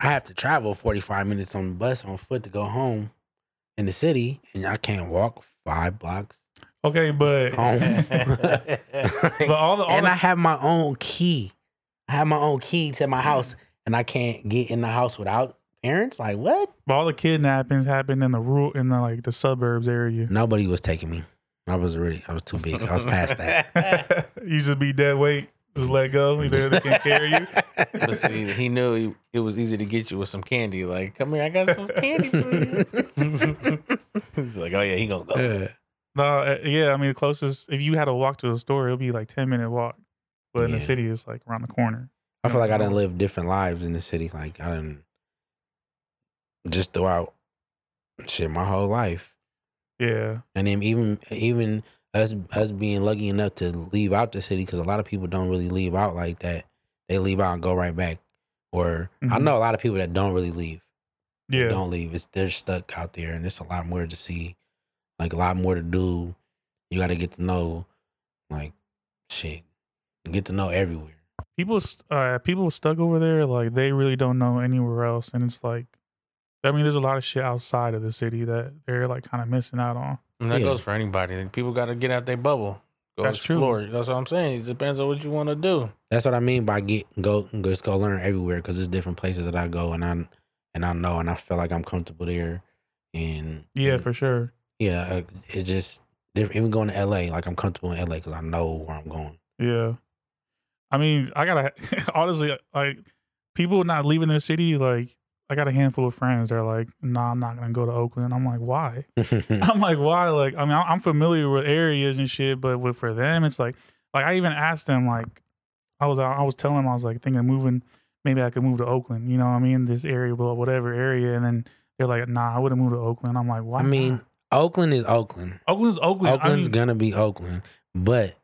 I have to travel 45 minutes on the bus on foot to go home in the city, and I can't walk five blocks *laughs*
Okay, but
home.
*laughs* but all the all
and I
the,
have my own key. I have my own key to my house, and I can't get in the house without parents. Like, what?
but all the kidnappings happened in the rural in the like the suburbs area.
Nobody was taking me. I was already, I was too big. I was past *laughs* that.
*laughs*
*laughs* you just be dead weight, just let go.
*laughs*
Either they can carry you.
But *laughs* see, he knew he, it was easy to get you with some candy. Like, come here, I got some candy for *laughs* you. He's like, oh yeah, he gonna go.
Yeah.
No, uh, yeah. I mean, the closest if you had to walk to a store, it'll be like ten minute walk. But in the
Yeah.
city, it's like around the corner.
I feel like I didn't live different lives in the city. Like I didn't just throughout shit my whole life,
Yeah,
and then even even us us being lucky enough to leave out the city because a lot of people don't really leave out like that. They leave out and go right back. Or I
Mhm.
know a lot of people that don't really leave. They
yeah,
Don't leave. It's they're stuck out there, and it's a lot more to see, like a lot more to do. You got to get to know, like shit, get to know everywhere.
people st- uh, people stuck over there like they really don't know anywhere else, and it's like, I mean, there's a lot of shit outside of the city that they're like kind of missing out on.
I mean, that
Yeah.
goes for anybody. People got to get out their bubble. Go
That's true.
explore. That's what I'm saying. It depends on what you want to do.
That's what I mean by get go just go learn everywhere because there's different places that I go and I and I know and I feel like I'm comfortable there and
Yeah, for sure.
yeah I- it just diff- even going to LA like I'm comfortable in LA because I know where I'm going.
Yeah. I mean, I gotta *laughs* honestly like people not leaving their city, like I got a handful of friends that are like, nah, I'm not gonna go to Oakland. I'm like, why? *laughs*
Mm.
I'm like, why? Like, I mean, I- I'm familiar with areas and shit, but with for them, it's like, like I even asked them, like, I was, I was telling them, I was like, thinking of moving, maybe I could move to Oakland, you know what I mean? This area, blah, whatever area. And then they're like, nah, I wouldn't move to Oakland. I'm like, why?
I mean
not?
Oakland is Oakland.
Oakland's Oakland.
Oakland's
I mean,
gonna be Oakland, but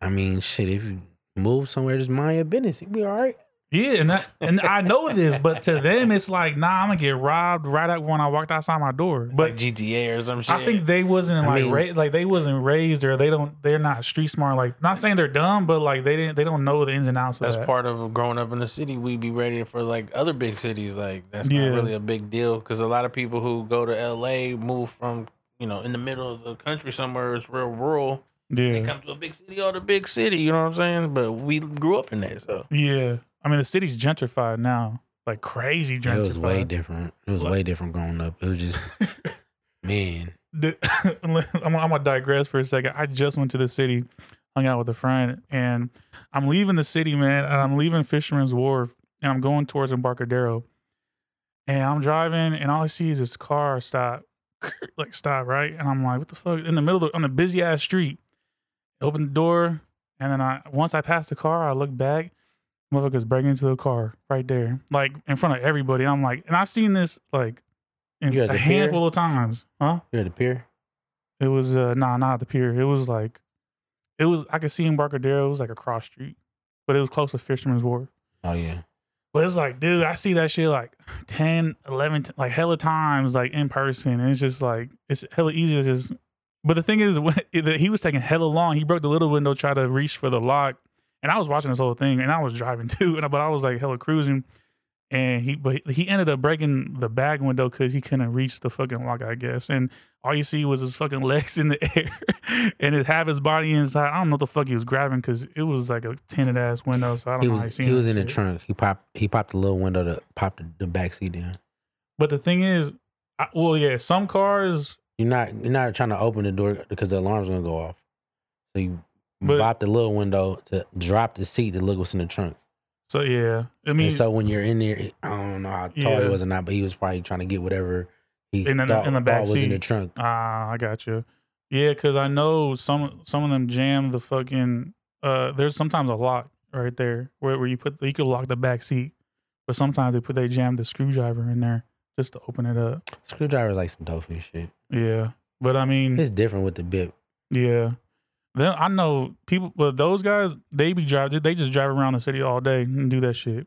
I mean shit if you move somewhere just mind your business you be all right.
Yeah, and that, and I know this, but to them it's like, nah, I'm gonna get robbed right out when I walked outside my door.
But
But
GTA or some shit.
I think they wasn't
I
like
mean-
ra- like they wasn't raised or they don't they're not street smart. Like not saying they're dumb, but like they didn't they don't know the ins and outs of
that's
that.
part of growing up in the city. We be ready for like other big cities. Like that's
Yeah.
not really a big deal because a lot of people who go to LA move from you know in the middle of the country somewhere it's real rural They
Yeah.
come to a big city or the big city, you know what I'm saying? But we grew up in that, so
Yeah. I mean, the city's gentrified now, like crazy gentrified.
It was way different. It was way different growing up. It
*laughs*
was just, man.
the, *laughs* I'm, I'm gonna digress for a second. I just went to the city, hung out with a friend, and I'm leaving the city, man. And I'm leaving Fisherman's Wharf, and I'm going towards Embarcadero. And I'm driving, and all I see is this car stop, *laughs* like stop right. And I'm like, what the fuck? In the middle of on the busy ass street. Open the door, and then I once I pass the car, I look back. Motherfuckers breaking into the car right there, like in front of everybody. I'm like, and I've seen this like in
You had
a
the fear?
handful of times, huh?
You're at the pier.
It was uh nah not at the pier. It was like it was I could see Embarcadero, it was like a cross street. But it was close to Fisherman's Wharf.
Oh yeah.
But it's like, dude, I see that shit like *sighs* 10, 11, t- like hella times, like in person. And it's just like, it's hella easy to just. But the thing is, *laughs* when, that he was taking hella long. He broke the little window, tried to reach for the lock. And I was watching this whole thing and I was driving *laughs* too. And I- But I was like hella cruising. And he, but he ended up breaking the bag window because he couldn't reach the fucking lock, I guess. And all you see was his fucking *laughs* legs in the air and his half his body inside. I don't know what the fuck he was grabbing because it was like a tinted ass window. So I don't
He
know. how
was
seen
he
that
was in the
shit.
trunk. He popped he popped the little window to pop the, the back seat down.
But the thing is, I, well, yeah, some cars,
You're not you're not trying to open the door because the alarm's gonna go off. So you
But-
pop the little window to drop the seat to look what's in the trunk.
so yeah, I mean,
and so when you're in there, I don't know how tall
Yeah.
he was or not, but he was probably trying to get whatever he
In the-
thought,
in the
thought
back
was in the
seat.
trunk.
ah, I got you. Yeah, because I know some some of them jam the fucking. Uh, there's sometimes a lock right there where, where you put you could lock the back seat, but sometimes they put they jam the screwdriver in there just to open it up.
Screwdriver's like some tofu shit.
Yeah, but I mean,
It's different with the bit.
yeah. Then I know people, but those guys they be drive they just drive around the city all day and do that shit.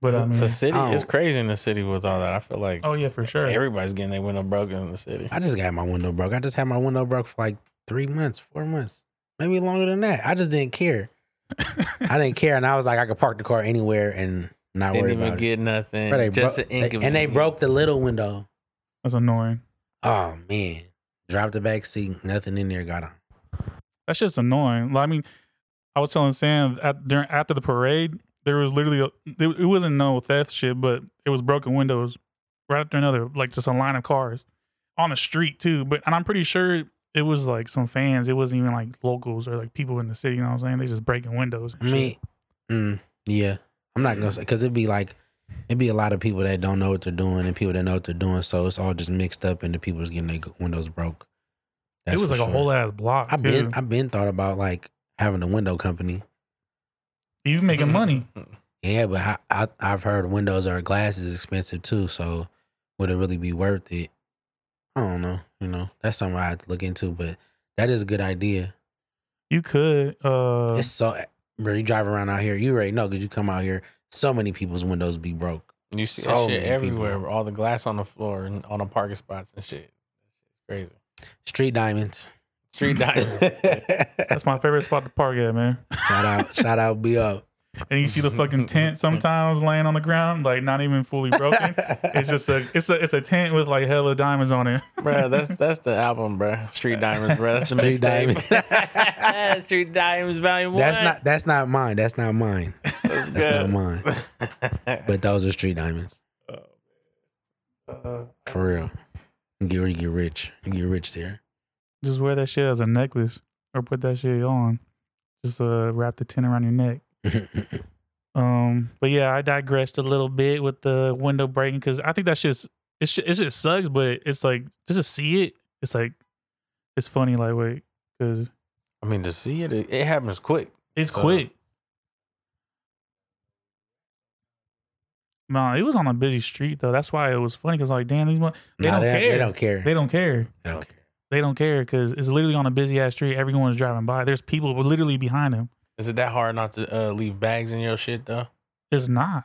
But I mean,
the city
I
is
don't-
crazy in the city with all that. I feel like
oh yeah, for sure.
everybody's getting their window broken in the city.
I just got my window broke. I just had my window broke for like three months, four months, maybe longer than that. I just
*laughs*
didn't care. I didn't care, and I was like, I could park the car anywhere and not
Didn't
worry
even
about it.
get nothing.
Bro, they
just
bro-
an
they- and they
inconvenience.
broke the little window.
That's annoying.
Oh man, dropped the back seat. Nothing in there got on.
That's just annoying. Like, I mean, I was telling Sam at, during after the parade, there was literally a, there, it wasn't no theft shit, but it was broken windows right after another, like just a line of cars on the street too. But and I'm pretty sure it was like some fans. It wasn't even like locals or like people in the city. You know what I'm saying? They just breaking windows.
I
And
mean, mm, yeah, I'm not gonna say because it'd be like it'd be a lot of people that don't know what they're doing and people that know what they're doing. So it's all just mixed up, and the people's getting their windows broke.
shit. it was
for
like a
sure.
whole ass block.
I've
too.
been I've been thought about like having a window company.
you
Mm-hmm.
making money?
Yeah, but I, I I've heard windows or glass is expensive too. So would it really be worth it? I don't know. You know, that's something I have to look into. But that is a good idea.
You could. Uh,
It's so, bro. You drive around out here, you already know because you come out here. So many people's windows be broke.
You see
So
that shit
many people.
everywhere. All the glass on the floor and on the parking spots and shit. Crazy.
Street diamonds. *laughs*
Street diamonds.
that's my favorite spot to park at, man. *laughs*
shout out, shout out, be up.
And you see the fucking tent sometimes laying on the ground, like not even fully broken. It's just a it's a it's a tent with like hella diamonds on it.
Bruh, that's that's the album, bruh. Street Diamonds, bruh. That's the
Street
*laughs* mixtape. Street Diamonds Volume One.
that's not that's not mine. That's not mine.
That's,
*laughs*
That's not mine.
mine.
But those are street diamonds. For real. Get you get rich. You get rich there. *laughs*
Just wear that shit as a necklace or put that shit on. Just uh wrap the tent around your neck. Um, but yeah, I digressed a little bit with the window breaking because I think that shit's it's ju- it just sucks, but it's like just to see it, it's like it's funny. Like wait, because
*laughs* I mean, to see it, it, it happens quick.
it's
So-
quick. No, it was on a busy street though. That's why it was funny because like, damn, these mo- they
Nah,
don't care.
They don't care.
They don't care.
They don't care.
They don't care because it's literally on a busy ass street. Everyone's driving by. There's people literally behind them.
Is it that hard not to uh, leave bags in your shit though?
It's not.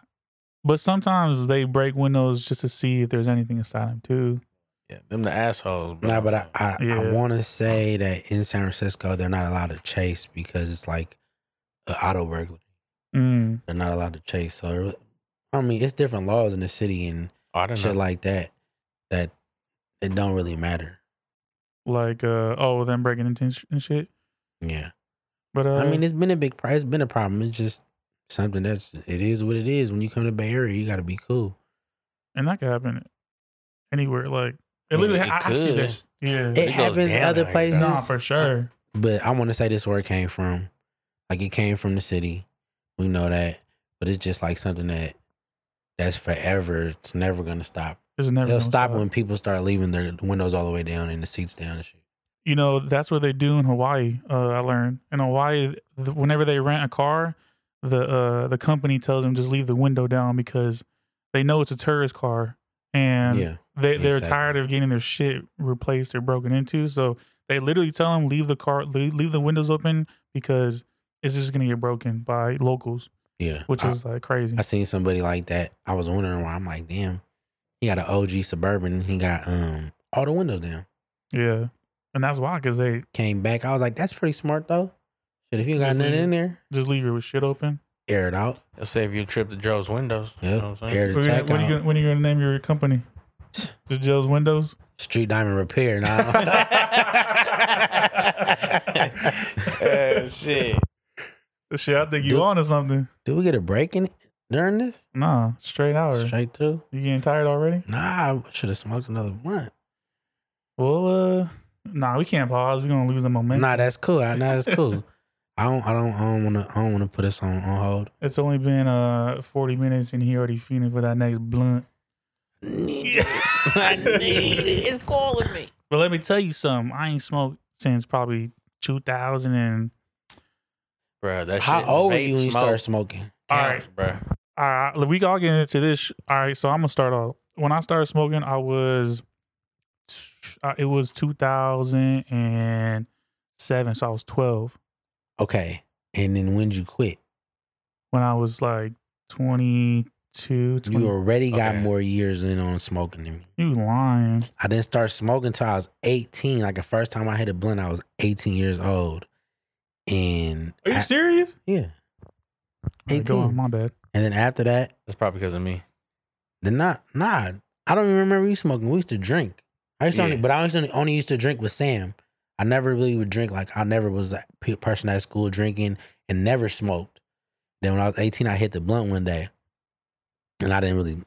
But sometimes they break windows just to see if there's anything inside them too.
Yeah, them the assholes. Bro.
Nah, but I I, I
Yeah.
want to say that in San Francisco they're not allowed to chase because it's like an auto burglary.
Mm.
They're not allowed to chase. So it- I mean, it's different laws in the city and
Oh, I don't know.
shit like that that it don't really matter.
Like, uh, oh, them breaking into and shit.
Yeah.
But uh,
I mean, it's been a big price, been a problem. It's just something that's it is what it is. When you come to Bay Area, you got to be cool.
and that could happen anywhere. Like it literally,
It
I, I see
could.
this. Yeah,
It
goes
happens
down
other
like that.
places,
nah, for sure.
but I want to say this where it came from. Like it came from the city. We know that, but it's just like something that that's forever. It's never gonna stop.
It's never
It'll
gonna
stop when people start leaving their windows all the way down and the seats down and shit.
you know that's what they do in Hawaii. Uh, I learned in Hawaii, th- whenever they rent a car, the uh, the company tells them just leave the window down because they know it's a tourist car and
yeah,
they they're
exactly.
tired of getting their shit replaced or broken into. So they literally tell them leave the car leave, leave the windows open because it's just gonna get broken by locals,
yeah.
which
I-
is like crazy.
I seen somebody like that. I was wondering why. I'm like, damn, he got an OG suburban. He got um all the windows down.
yeah, and that's why because they
Came back. I was like, that's pretty smart though. Shit, if you got
Just
nothing
leave it.
in there,
just leave your shit open.
air it out.
It'll save you a trip to Joe's windows. You
Yep.
know what I'm saying?
air the
What are you
tack
gonna- when
out.
are you gonna, when are you gonna name your
*sighs*
company? Just Joe's Windows.
Street Diamond Repair.
*laughs*
Nah.
Oh, shit.
Shit, I think you
Dude.
on to something.
Do we get a break in during this?
Nah, straight hour.
Straight through?
You getting tired already?
Nah, I should have smoked another blunt.
Well, uh, nah, we can't pause. We're gonna lose the momentum.
Nah, that's cool. I, nah, that's cool. I don't. I don't. I don't want to. I don't want to put us on on hold.
It's only been uh 40 minutes and he already feeling for that next blunt.
Need it. I need it. It's calling me.
But let me tell you something. I ain't smoked since probably 2000 and
Bro, that
How
shit.
old were
vape
you when you
smoke
started smoking?
All
counts, bro.
all right, we all get into this. sh- All right, so I'm gonna start off. When I started smoking, I was uh, it was 2007, so I was 12
Okay, and then when did you quit?
when I was like 22, 20,
You already got
Okay.
more years in on smoking than me.
You lying.
I didn't start smoking till I was 18. Like the first time I hit a blunt, I was 18 years old. And
Are you
I-
serious?
yeah,
All right, go on,
18.
my bad.
And then after that,
That's probably because of me.
then not nah. I don't even remember you smoking. We used to drink. I used to only,
Yeah.
but I used to only, only used to drink with Sam. I never really would drink. Like I never was a pe- person at school drinking and never smoked. Then when I was 18, I hit the blunt one day, and I didn't really,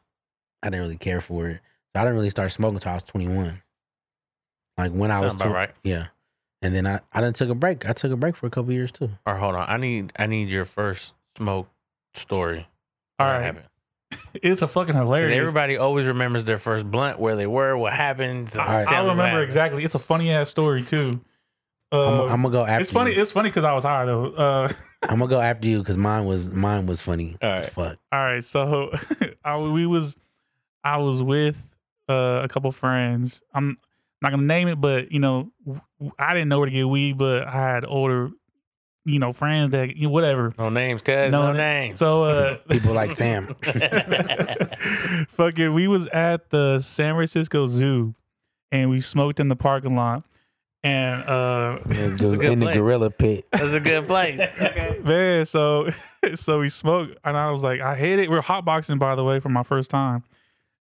I didn't really care for it. So I didn't really start smoking until I was 21. Like when I
Sound
was
about
tw-
right.
Yeah. And then I, I done took a break. I took a break for a couple years too.
Or hold on. I need I need your first smoke story.
All
What
right.
happened?
It's a fucking
'Cause
hilarious.
everybody always remembers their first blunt, where they were, what happened.
I,
All right.
I
Tell me what
remember
happened.
exactly. It's a funny ass story too.
I'm,
Uh,
I'm gonna go after.
it's funny.
You.
It's funny because I was high though. Uh, *laughs*
I'm gonna go after you because mine was mine was funny
All
as
right.
fuck.
all right, so *laughs* I we was I was with uh, a couple friends. I'm not gonna name it, but you know, w- w- I didn't know where to get weed, but I had older, you know, friends that you know, whatever.
No names, cuz.
No
No,
na-
names. *laughs*
So uh,
People like Sam.
*laughs* fucking we was at the San Francisco Zoo and we smoked in the parking lot and uh
in
a good
the
place.
gorilla pit.
That's a good place. Okay.
man so *laughs* so we smoked and I was like I hit it we're hotboxing by the way for my first time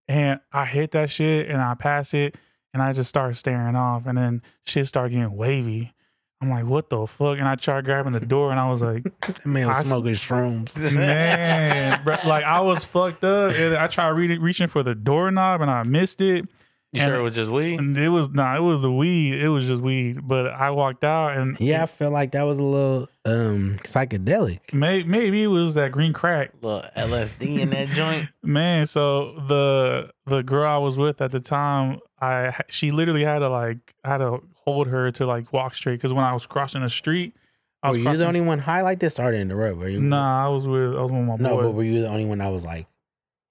and I hit that shit and I pass it and I just start staring off and then shit start getting wavy I'm like what the fuck and I tried grabbing the door and I was
*laughs*
like
That man
I
was
s-
smoking shrooms.
man bro, like I was fucked up and I tried re- reaching for the doorknob and I missed it
You sure it was just weed?
And it was nah, it was the weed. It was just weed. But I walked out and
Yeah, I feel like that was a little um psychedelic.
may, maybe it was that green crack.
little LSD in that joint.
Man, so the the girl I was with at the time, I she literally had to like I had to hold her to like walk straight because when I was crossing the street, I
Were
was
you
crossing,
the only one high like this? Sorry to interrupt. Were you?
Nah, I was with I was with my
No, but
boy.
were you the only one that was like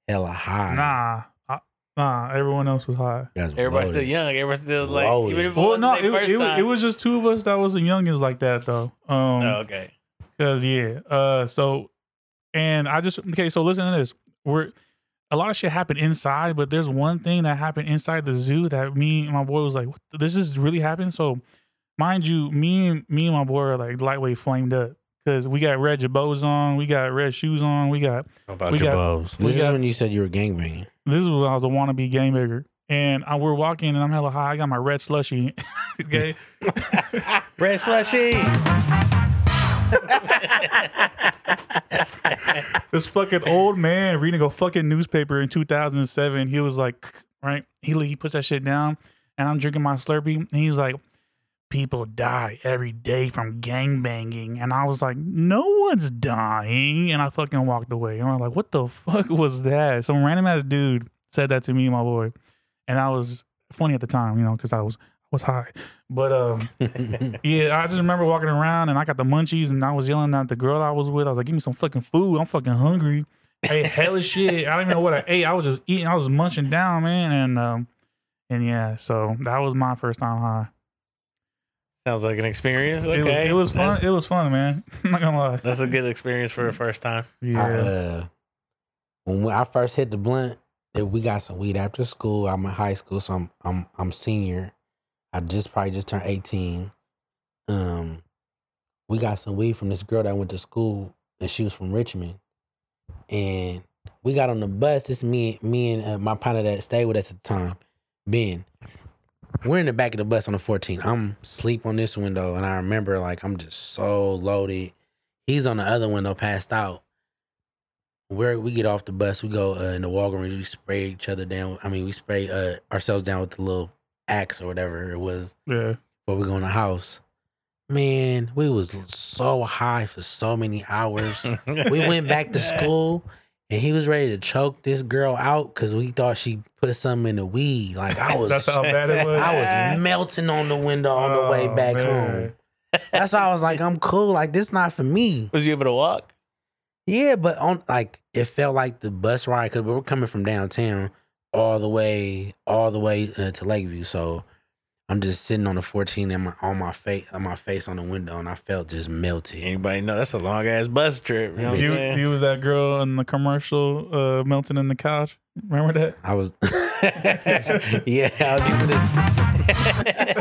hella high?
nah, I, nah, everyone else was high.
That's
Everybody's still
loaded.
young. Everybody's still like,
Loaded.
even if it
Well,
wasn't
no,
their
it,
first
it,
time.
it was just two of us that was the youngest like that though. Um,
Oh, okay.
Cause yeah, uh, so and I just okay. So listen to this. We're a lot of shit happened inside, but there's one thing that happened inside the zoo that me and my boy was like, what, the- "This is really happened." So, mind you, me and me and my boy are like lightweight flamed up because we got red jabots on, we got red shoes on, we got
About
We got-
balls.
We
This is
got-
when you said you were gangbanging. *laughs*
this is when I was a wannabe game *laughs* maker. And I, we're walking, and I'm hella high. I got my red slushy. okay,
Red slushy.
This fucking old man reading a fucking newspaper in 2007. He was like, right? He he puts that shit down, and I'm drinking my Slurpee, and he's like, people die every day from gang banging, and I was like, no one's dying, and I fucking walked away, and I'm like, what the fuck *laughs* was that? Some random ass dude said that to me, my boy, and I was funny at the time, you know, because I was was high, but um. Yeah, I just remember walking around and I got the munchies and I was yelling at the girl I was with. I was like, "Give me some fucking food! I'm fucking hungry." Hey, hella shit! I don't even know what I ate. I was just eating. I was munching down, man, and um, and yeah. So that was my first time high.
Sounds like an experience.
It was,
Okay,
it was fun. It was fun, man. *laughs* I'm not gonna lie.
That's a good experience for the first time.
Yeah,
I, uh, when we- I first hit the blunt, eh, we got some weed after school. I'm in high school, so I'm I'm I'm senior. I just probably just turned 18. Um, we got some weed from this girl that went to school, and she was from Richmond. And we got on the bus. It's me, me and uh, my partner that stayed with us at the time, Ben. We're in the back of the bus on the 14. I'm sleep on this window, and I remember like I'm just so loaded. He's on the other window, passed out where we get off the bus, we go uh, in the Walgreens. We spray each other down. I mean, we spray uh, ourselves down with the little axe or whatever it was.
yeah.
But we go in the house. Man, we was so high for so many hours. we
*laughs*
went
*laughs*
back to school, and he was ready to choke this girl out because we thought she put something in the weed. Like I
*laughs* That's
was, *laughs*
how bad it was.
I was melting on the window on the way
Oh,
back
man.
home. That's why I was like, I'm cool. Like this not for me.
Was you able to walk?
Yeah, but on like it felt like the bus ride because we were coming from downtown all the way, all the way uh, to Lakeview. So I'm just sitting on the 14 and my on my face, on my face on the window, and I felt just melted.
Anybody know that's a long ass bus trip. You know what I'm
You,
saying? *laughs*
you was that girl in the commercial, uh, melting in the couch. Remember that?
I was, *laughs* yeah, I was, just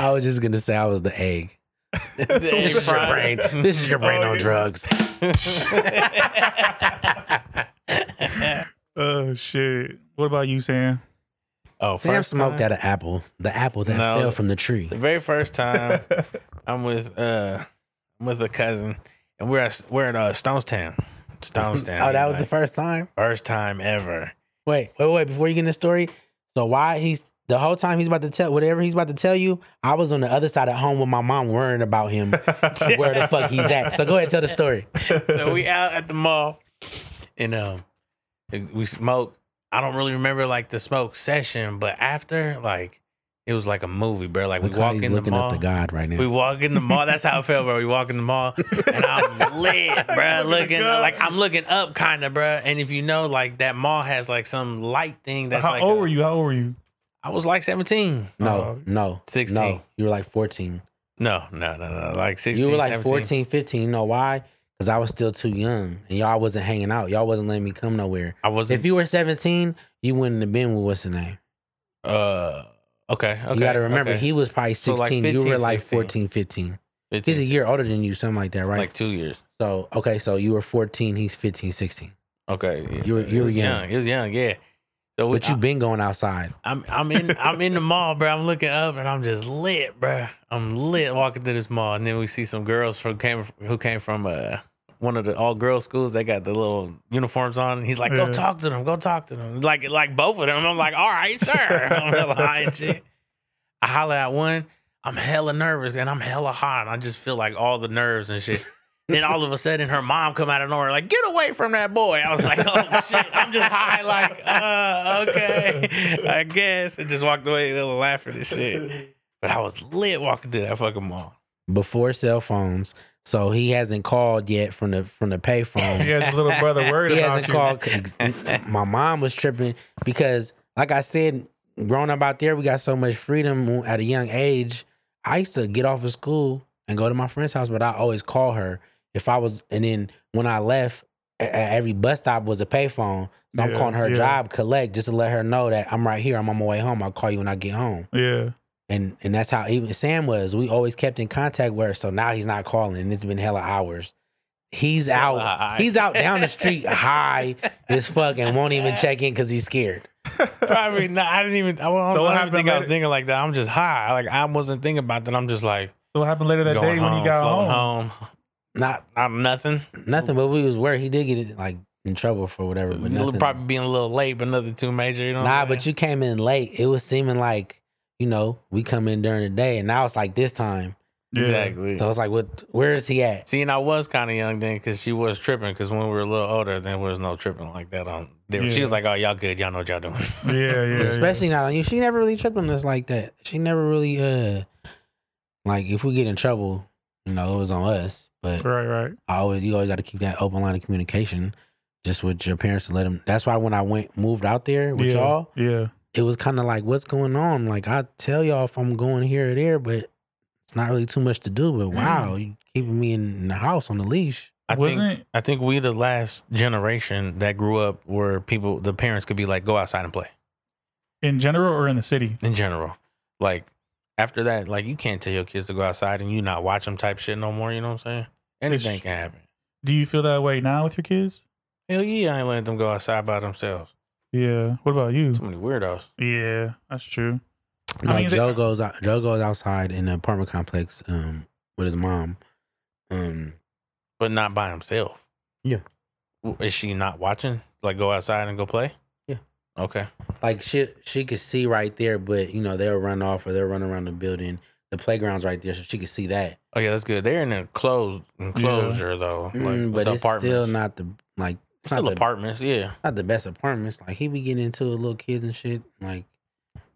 gonna, I was just gonna say I was the egg. this is your brain. This is your brain
Oh,
on
yeah.
drugs.
Oh shit! What about you, Sam?
*laughs* oh, first
Sam smoked
time?
out an apple, the apple that
No.
fell from the tree.
The very first time I'm with uh I'm with a cousin and we're at we're at uh, Stonestown. Stonestown.
*laughs* Oh, that was the
like,
first time.
first time ever.
Wait, wait, wait! Before you get in the story, so why he's the whole time he's about to tell whatever he's about to tell you, I was on the other side at home with my mom worrying about him, where the fuck he's at. So go ahead, tell the story.
so we out at the mall and um we smoke. I don't really remember like the smoke session, but after like it was like a movie, bro. Like we walk in the mall.
God right now.
We walk in the mall. That's how it felt, bro. We walk in the mall,
*laughs*
and I'm lit, bro. looking like I'm looking up, kind of, bro. And if you know, like that mall has like some light thing that's
How
like.
old
a-
were you? How old were *laughs* you?
I was like 17.
no, no,
16.
No, you were like fourteen.
No, no, no, no. Like 16.
you were like
17.
14, 15. You know why? Because I was still too young, and y'all wasn't hanging out. Y'all wasn't letting me come nowhere.
I wasn't.
If you were seventeen, you wouldn't have been with what's his name.
uh, okay, okay.
you got to remember,
okay.
he was probably
So,
sixteen.
like,
you
15,
were like
16.
14, 15.
15,
He's a year older than you, something like that, right?
Like two years.
So okay, so you were 14, he's 15, 16.
Okay. yeah,
You were-
so
you
it
were
was
young.
It was young, yeah. So we,
But you've been going outside.
I'm I'm in I'm in the mall, bro. I'm looking up and I'm just lit, bro. I'm lit walking through this mall, and then we see some girls from came who came from uh one of the all girls schools. They got the little uniforms on. He's like, "Go
Yeah.
talk to them. Go talk to them." Like like both of them. I'm like, "All right, sure." *laughs* I'm hella high and shit. I holler at one. I'm hella nervous and I'm hella hot. And I just feel like all the nerves and shit. Then all of a sudden, her mom come out of nowhere like, "Get away from that boy!" I was like, "Oh shit!" I'm just high, like, "Uh, okay, I guess." And just walked away, they were laughing and shit. But I was lit walking through that fucking mall.
Before cell phones. So he hasn't called yet from the from the
*laughs*
payphone.
Yeah, his little brother worried
he
about
hasn't
you.
called 'cause *laughs* my mom was tripping because like I said, growing up out there, we got so much freedom at a young age. I used to get off of school and go to my friend's house, but I always call her if I was and then when I left a- a- every bus stop was a payphone. So I'm
Yeah,
calling her
yeah.
job collect just to let her know that I'm right here. I'm on my way home. I'll call you when I get home.
Yeah.
and and that's how even Sam was. We always kept in contact with her. So now he's not calling. and It's been hella hours. He's out.
high.
He's out down the street high as fuck and won't even check in because he's scared.
Probably not. I didn't even. I, don't,
So
so
what
I don't
happened
think I was
later?
thinking like that. I'm just high. Like I wasn't thinking about that. I'm just like
So what happened later that
going
day
home,
when you got
floating
home?
home.
Not
I'm nothing.
nothing, but we was where he did get like in trouble for whatever. But nothing.
Probably being a little late, but nothing too major. You know.
nah, but you came in late. It was seeming like you know we come in during the day, and now it's like this time.
Yeah.
exactly.
So it's like, what? Where is he at?
See, and I was kind of young then because she was tripping. Because when we were a little older, there was no tripping like that on. There, She
Yeah.
was like, "Oh, y'all good? Y'all know what y'all doing."
Yeah, *laughs* yeah. yeah.
Especially not on you. She never really tripped on us like that. She never really uh like if we get in trouble, you know, it was on us. But
Right, right.
I always you always got to keep that open line of communication, just with your parents to let them. That's why when I went moved out there with
yeah.
y'all,
Yeah.
it was kind of like, what's going on? Like I tell y'all if I'm going here or there, but it's not really too much to do.
Mm.
But wow, you keeping me in, in the house on the leash.
I think
Wasn't-
I think we the last generation that grew up where people the parents could be like, "Go outside and play."
In general or in the city?
in general. Like after that, like you can't tell your kids to go outside and you not watch them type shit no more. You know what I'm saying? Anything
It's-
can happen.
Do you feel that way now with your kids?
Hell yeah, I ain't letting them go outside by themselves.
Yeah. What about you?
Too many weirdos.
Yeah, that's true. I
Like
mean, they-
Joe goes out, Joe goes outside in the apartment complex um with his mom. Um,
But not by himself.
Yeah.
W- Is she not watching? Like go outside and go play?
Yeah.
Okay.
like she she could see right there, but you know they'll run off or they'll run around the building. The playground's right there, so she could see that.
Oh yeah, that's good. They're in a closed enclosure though. Like
Mm,
with
but
the
it's
apartments.
still not the like it's
still
not the,
apartments, yeah.
not the best apartments. Like he be getting into with little kids and shit. Like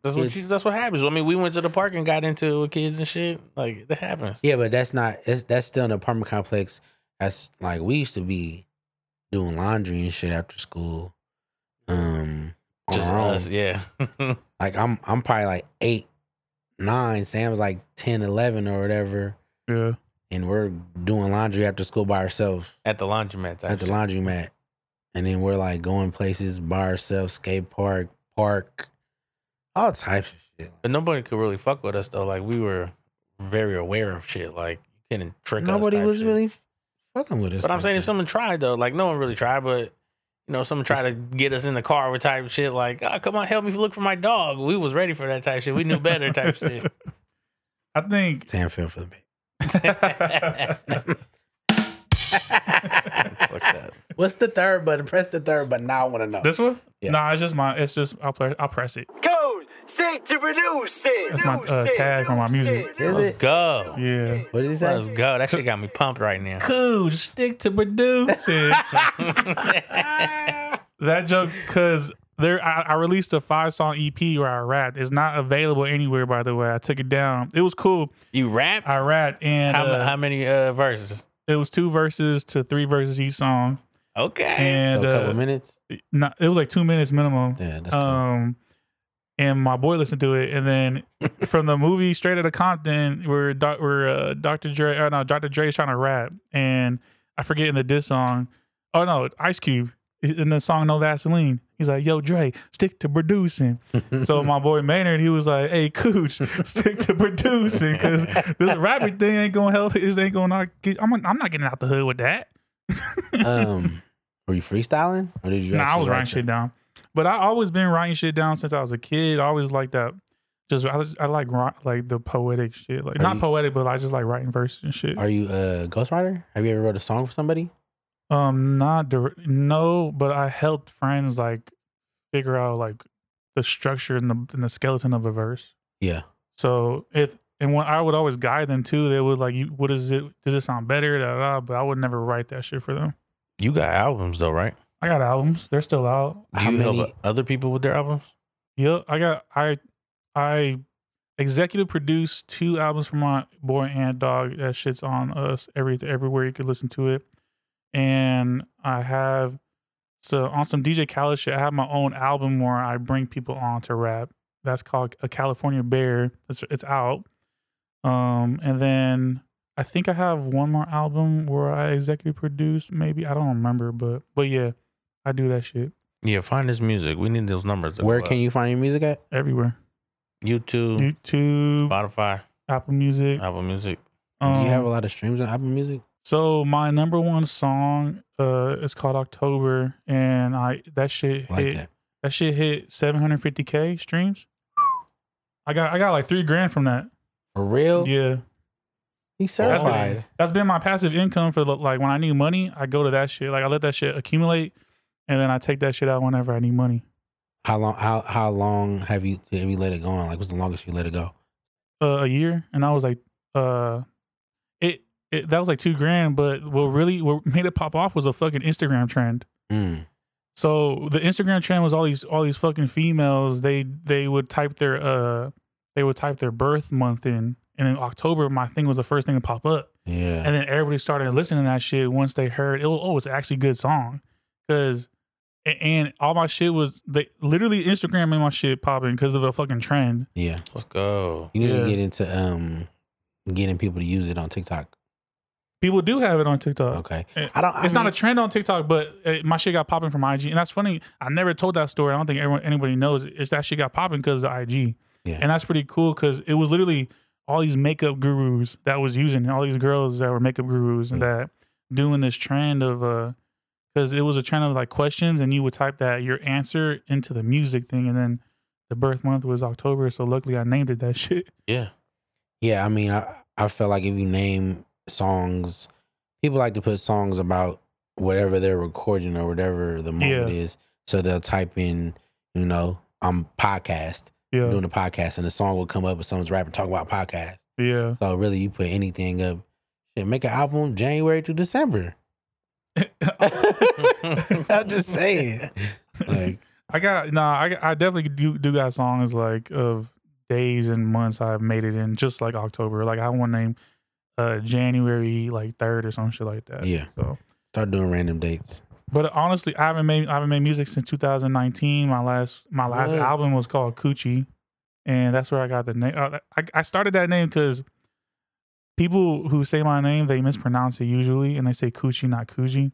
That's what
It's-
you, that's what happens. I mean, we went to the park and got into it with kids and shit. Like that happens.
yeah, but that's not it's, that's still an apartment complex. That's like we used to be doing laundry and shit after school. Um, on
Just
our own.
us, yeah. *laughs*
Like I'm I'm probably like eight, nine. Sam's like 10, 11 or whatever,
Yeah.
and we're doing laundry after school by ourselves.
At the laundromat.
at the
actually.
laundromat, and then we're like going places by ourselves, skate park, park, all types of shit.
But nobody could really fuck with us though. Like we were very aware of shit. Like you couldn't trick us.
Nobody
type
was
shit.
really fucking with us.
But I'm
like
saying if
that.
someone tried though, like no one really tried, but you know, someone tried to get us in the car with type shit. Like, oh come on, help me look for my dog. We was ready for that type shit. We knew better type *laughs* shit.
I think
Sam fell for the bait.
Fuck that.
What's the third button? Press the third button. Now I want to know.
this one.
Yeah.
Nah, it's just my. It's just I'll press. I'll press it.
Code sick to reduce it.
That's my, uh, tag for my music.
Is
Let's
it?
go.
Yeah.
What did he say?
Let's go. That shit got me pumped right now.
Cool. Stick to producing. that joke, cause there, I, I released a five song EP where I rapped. It's not available anywhere, by the way. I took it down. It was cool.
You rapped?
I rapped, and
how,
uh,
how many uh, verses?
it was two verses to three verses each song,
Okay.
so
and
a couple
uh,
minutes.
not, it was like two minutes minimum.
Yeah, that's cool.
Um, and my boy listened to it, and then from the movie Straight Outta Compton, where doc, where uh, Dr. Dre, oh no, Dr. Dre's trying to rap, and I forget in the diss song, oh no, Ice Cube in the song No Vaseline. He's like, "Yo, Dre, stick to producing." so my boy Maynard, he was like, "Hey, Cooch, stick to producing, because this rapping thing ain't gonna help. This ain't gonna not get. I'm, I'm not getting out the hood with that."
um, were you freestyling or did you?
No, I
actually
was
write
writing
your-
shit down. But I always been writing shit down since I was a kid. I always like that. Just I, just- I like ri- like the poetic shit. Like
Are
not
you-
poetic, but I just like writing verses and shit.
Are you a ghostwriter? Have you ever wrote a song for somebody?
um, not dir- no, but I helped friends like figure out like the structure and the and the skeleton of a verse.
Yeah.
So if and when I would always guide them too, they would like, you, "What is it? Does it sound better?" Da, da, da, but I would never write that shit for them.
You got albums though, right?
I got albums; they're still out.
Do
How
you help
many-
other people with their albums?
Yep, I got I I executive produced two albums for my boy and dog. That shit's on us every everywhere you could listen to it. And I have so on some DJ Khaled shit. I have my own album where I bring people on to rap. That's called a California Bear. It's it's out. Um, and then I think I have one more album where I executive produced. Maybe I don't remember, but but yeah, I do that shit
Yeah, find this music. We need those numbers.
Where can you find your music at?
everywhere.
you? YouTube,
YouTube,
Spotify,
Apple Music.
Apple Music.
Um,
Uh, Do you have a lot of streams on Apple Music?
So my number one song uh is called October and I that shit
I like
hit
that.
that shit hit 750k streams. I got I got like 3 grand from that.
For real?
Yeah.
He's
That's been-
certified.
That's been my passive income for the- like when I need money, I go to that shit. Like I let that shit accumulate and then I take that shit out whenever I need money.
How long? How how long have you have you let it go on? Like, what's the longest you let it go?
uh, a year, and I was like, uh, it, it that was like two grand. But what really what made it pop off was a fucking Instagram trend.
Mm.
So the Instagram trend was all these all these fucking females. They they would type their uh they would type their birth month in, and in October my thing was the first thing to pop up,
Yeah.
and then everybody started listening to that shit once they heard it. was- Oh, it's actually a good song, because. And all my shit was they literally Instagram made my shit popping because of a fucking trend.
Yeah.
Let's go.
You need
Yeah.
to get into um getting people to use it on TikTok.
People do have it on TikTok.
Okay.
Eh,
I don't. I
It's not
mean-
a trend on TikTok, but uh my shit got popping from IG, and that's funny. I never told that story. I don't think everyone anybody knows. It's that shit got popping because of IG,
Yeah.
and that's pretty cool because it was literally all these makeup gurus that was using all these girls that were makeup gurus and that doing this trend of uh because it was a trend of like questions, and you would type that your answer into the music thing, and then the birth month was October, so luckily I named it that *laughs* shit.
Yeah.
Yeah, I mean, I, I feel like if you name songs, people like to put songs about whatever they're recording or whatever the moment is. So they'll type in, you know, I'm podcast,
Yeah,
doing a podcast, and the song will come up and someone's rapping, talking about podcast.
yeah.
So really, you put anything up. Shit, make an album January to December. *laughs* I'm just saying. Like,
I got nah. I, I definitely do do got songs like of days and months I've made it in, just like October. Like I want to name uh January like third or some shit like that.
Yeah.
So,
start doing random dates.
but uh, honestly, I haven't made I haven't made music since 2019. My last my last
Word.
album was called Coochie, and that's where I got the name. I, I started that name because people who say my name they mispronounce it usually, and they say Coochie, not Coochie.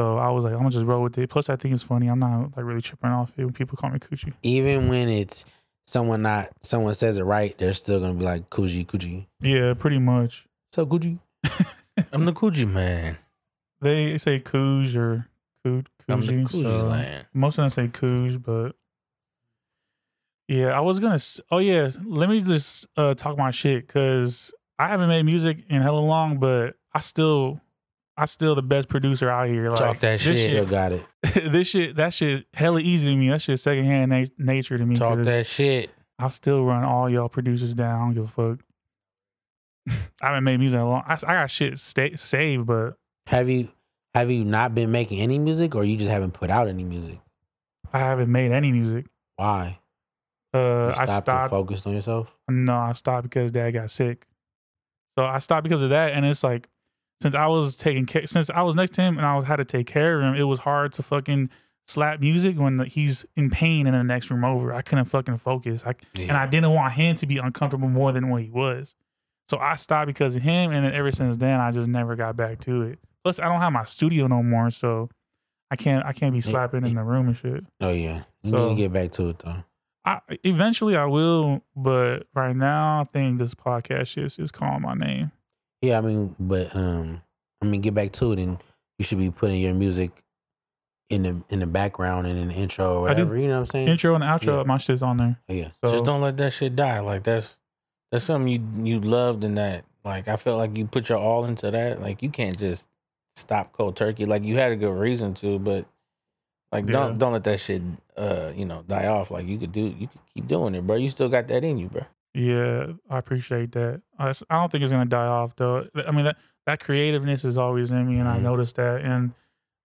So I was like, I'm gonna just roll with it. Plus, I think it's funny. I'm not like really tripping off it when people call me Coochie.
Even when it's someone not someone says it right, they're still gonna be like Kuji Kuji.
Yeah, pretty much.
So Kuji.
I'm the Coogee man.
They say cooj or cooj,
I'm the
coogee.
Coogee
so
land.
most of them say cooj, but yeah, I was gonna. s- Oh yeah, let me just uh, talk my shit because I haven't made music in hella long, but I still, I still the best producer out here. Like,
Talk that
this
shit.
Still got it.
this shit, *laughs* that shit, hella easy to me. That shit secondhand na- nature to me.
Talk
'cause
that shit.
I still run all y'all producers down. I don't give a fuck. *laughs* I haven't made music in a long. I, I got shit sta saved, but
Have you have you not been making any music or you just haven't put out any music?
I haven't made any music.
Why? You
Uh, I
and
stopped.
focused on yourself?
No, I stopped because dad got sick. So I stopped because of that, and it's like since I was taking care, since I was next to him and I was had to take care of him, it was hard to fucking slap music when he's in pain in the next room over. I couldn't fucking focus. I and I didn't want him to be uncomfortable more than what he was. So I stopped because of him, and then ever since then, I just never got back to it. Plus, I don't have my studio no more, so I can't I can't be slapping in the room and shit.
Oh yeah. You
So-
need to get back to it though.
I eventually I will, but right now I think this podcast shit is just calling my name.
Yeah, I mean, but um I mean get back to it and you should be putting your music in the in the background and in the intro or
I do.
whatever. You know what I'm saying?
Intro and outro,
Yeah.
my shit's on there.
Oh, yeah.
So
Just don't let that shit die. Like that's that's something you you loved in that. Like I felt like you put your all into that. Like you can't just stop cold turkey. Like you had a good reason to, but like
Yeah.
don't don't let that shit uh you know die off. Like you could do you could keep doing it, bro. You still got that in you, bro.
yeah, I appreciate that. I, s- I don't think it's gonna die off though. I mean that that creativeness is always in me, and I
Mhm.
noticed that. And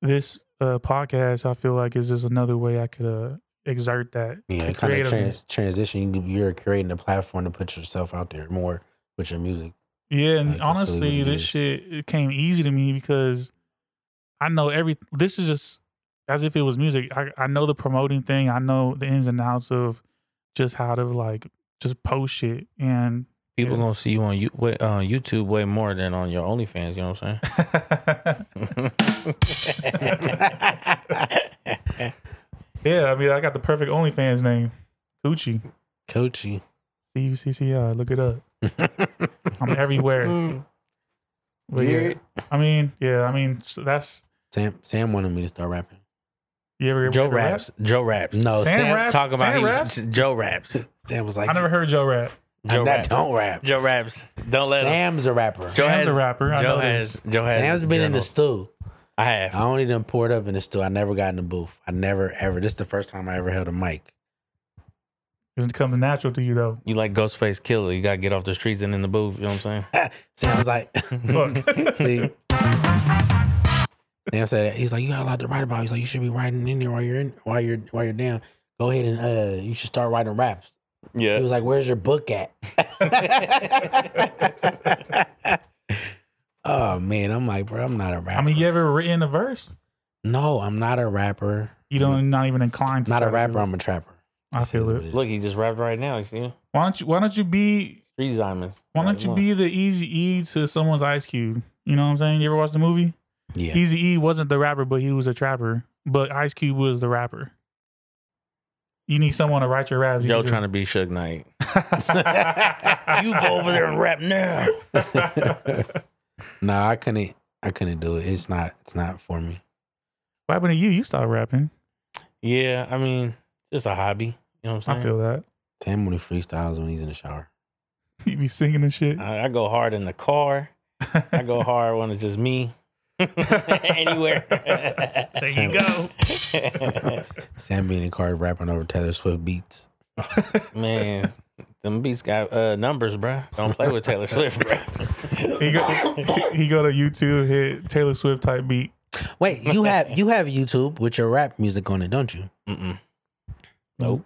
this uh, podcast, I feel like is just another way I could uh, exert that.
Yeah, it kind of trans- transition. You- You're creating a platform to put yourself out there more with your music. *laughs*
Yeah,
Like,
and
that's really what
honestly,
it
this
is.
shit it came easy to me because I know every. This is just as if it was music. I, I know the promoting thing. I know the ins and outs of just how to like just post shit and
People
Yeah.
gonna see you on you way on YouTube way more than on your OnlyFans. You know what I'm saying?
*laughs*
*laughs*
yeah. I mean, I got the perfect OnlyFans name, Gucci.
Coachy. *laughs*
C U C C I. Look it up. I'm everywhere. But yeah,
Weird.
I mean, yeah, I mean, so that's
Sam Sam wanted me to start rapping.
you ever hear
Joe
Rick rap?
raps. Joe raps.
No,
Sam
Sam,
raps?
Talk about
Sam
he was-
raps?
Joe raps.
Sam was like,
I never heard Joe rap.
Joe
I'm not-
raps.
don't rap.
Joe raps. Don't let him.
Sam's a rapper.
Joe
Sam's
has
a rapper. I
Joe
know
has.
this.
Joe has.
Sam's been in the
journals.
stew.
I have.
I only done poured up in the stew. I never got in the booth. I never ever. This is the first time I ever held a mic.
It comes natural to you though.
You like Ghostface Killer. You got to get off the streets and in the booth. You know what I'm saying?
Sam's like, *laughs*
Fuck.
see. Sam said he's like, you got a lot to write about. He's like, you should be writing in there while you're in while you're while you're down. Go ahead and uh you should start writing raps. He
Yeah.
was like, "Where's your book at?" *laughs* oh man, I'm like, bro, I'm not a rapper.
I mean, you ever written a verse?
no, I'm not a rapper.
You don't not even inclined. To
Mm-hmm. Not a
try to do
rapper.
it.
I'm a trapper.
I feel it.
*laughs* Look, he just rapped right now. You see?
Why don't you Why don't you be
Three diamonds.
Why don't you be the Easy E to someone's Ice Cube? You know what I'm saying? You ever watch the movie?
Yeah,
Easy E wasn't the rapper, but he was a trapper. But Ice Cube was the rapper. You need someone to write your raps. *laughs*
Joe trying to be Suge Knight.
to.
You go over there and rap now. *laughs*
no, I couldn't. I couldn't do it. It's not. It's not for me.
What happened to you? You started rapping.
Yeah, I mean, it's a hobby. You know what I'm
I
saying?
feel that. *laughs*
Sam only freestyles when he's in the shower.
You be singing and shit.
I, I go hard in the car. I *laughs* go hard when it's just me. *laughs* Anywhere. *laughs*
There you go.
Sam being in the car rapping over Taylor Swift beats.
Man, them beats got uh, numbers, bruh. Don't play with Taylor Swift, bruh.
He go, *laughs* he go to YouTube, hit Taylor Swift type beat.
Wait, you have you have YouTube with your rap music on it, don't you?
Mm-mm.
Nope.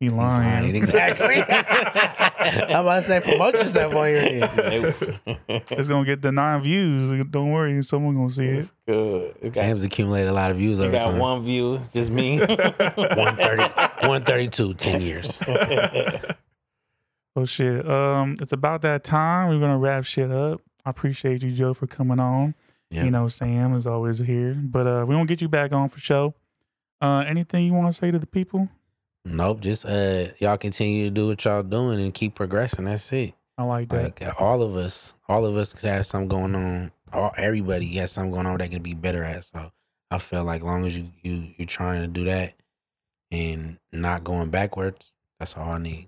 He
He's lying,
lying.
exactly. *laughs* I'm about to say promote yourself on your *laughs* end.
Nope.
It's gonna get the nine views. Don't worry, someone gonna see it.
It's *laughs* good. It got,
Sam's accumulated a lot of views
it
over
got
time.
one view, It's just me.
130, 132, 10 *laughs* years.
*laughs* Oh shit. Um, it's about that time. We're gonna wrap shit up. I appreciate you, Joe, for coming on.
Yeah.
You know, Sam is always here. But uh we gonna get you back on for show. Uh anything you wanna say to the people?
Nope. Just uh, y'all continue to do what y'all doing and keep progressing. That's it.
I like that.
Like uh, all of us, all of us have something going on. All everybody has something going on that can be better at. So I feel like long as you you you're trying to do that and not going backwards, that's all I need.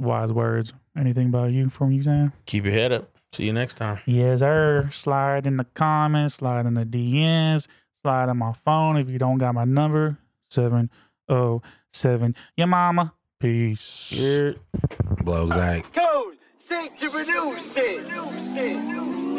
Wise words. Anything about you from you, Sam?
Keep your head up. See you next time.
Yes, sir. Slide in the comments, slide in the DMs, slide on my phone if you don't got my number. Seven oh seven. Your mama. Peace.
You're-
Blow exotic.
Code, sent to reduce it. Reduce it. Reduce it.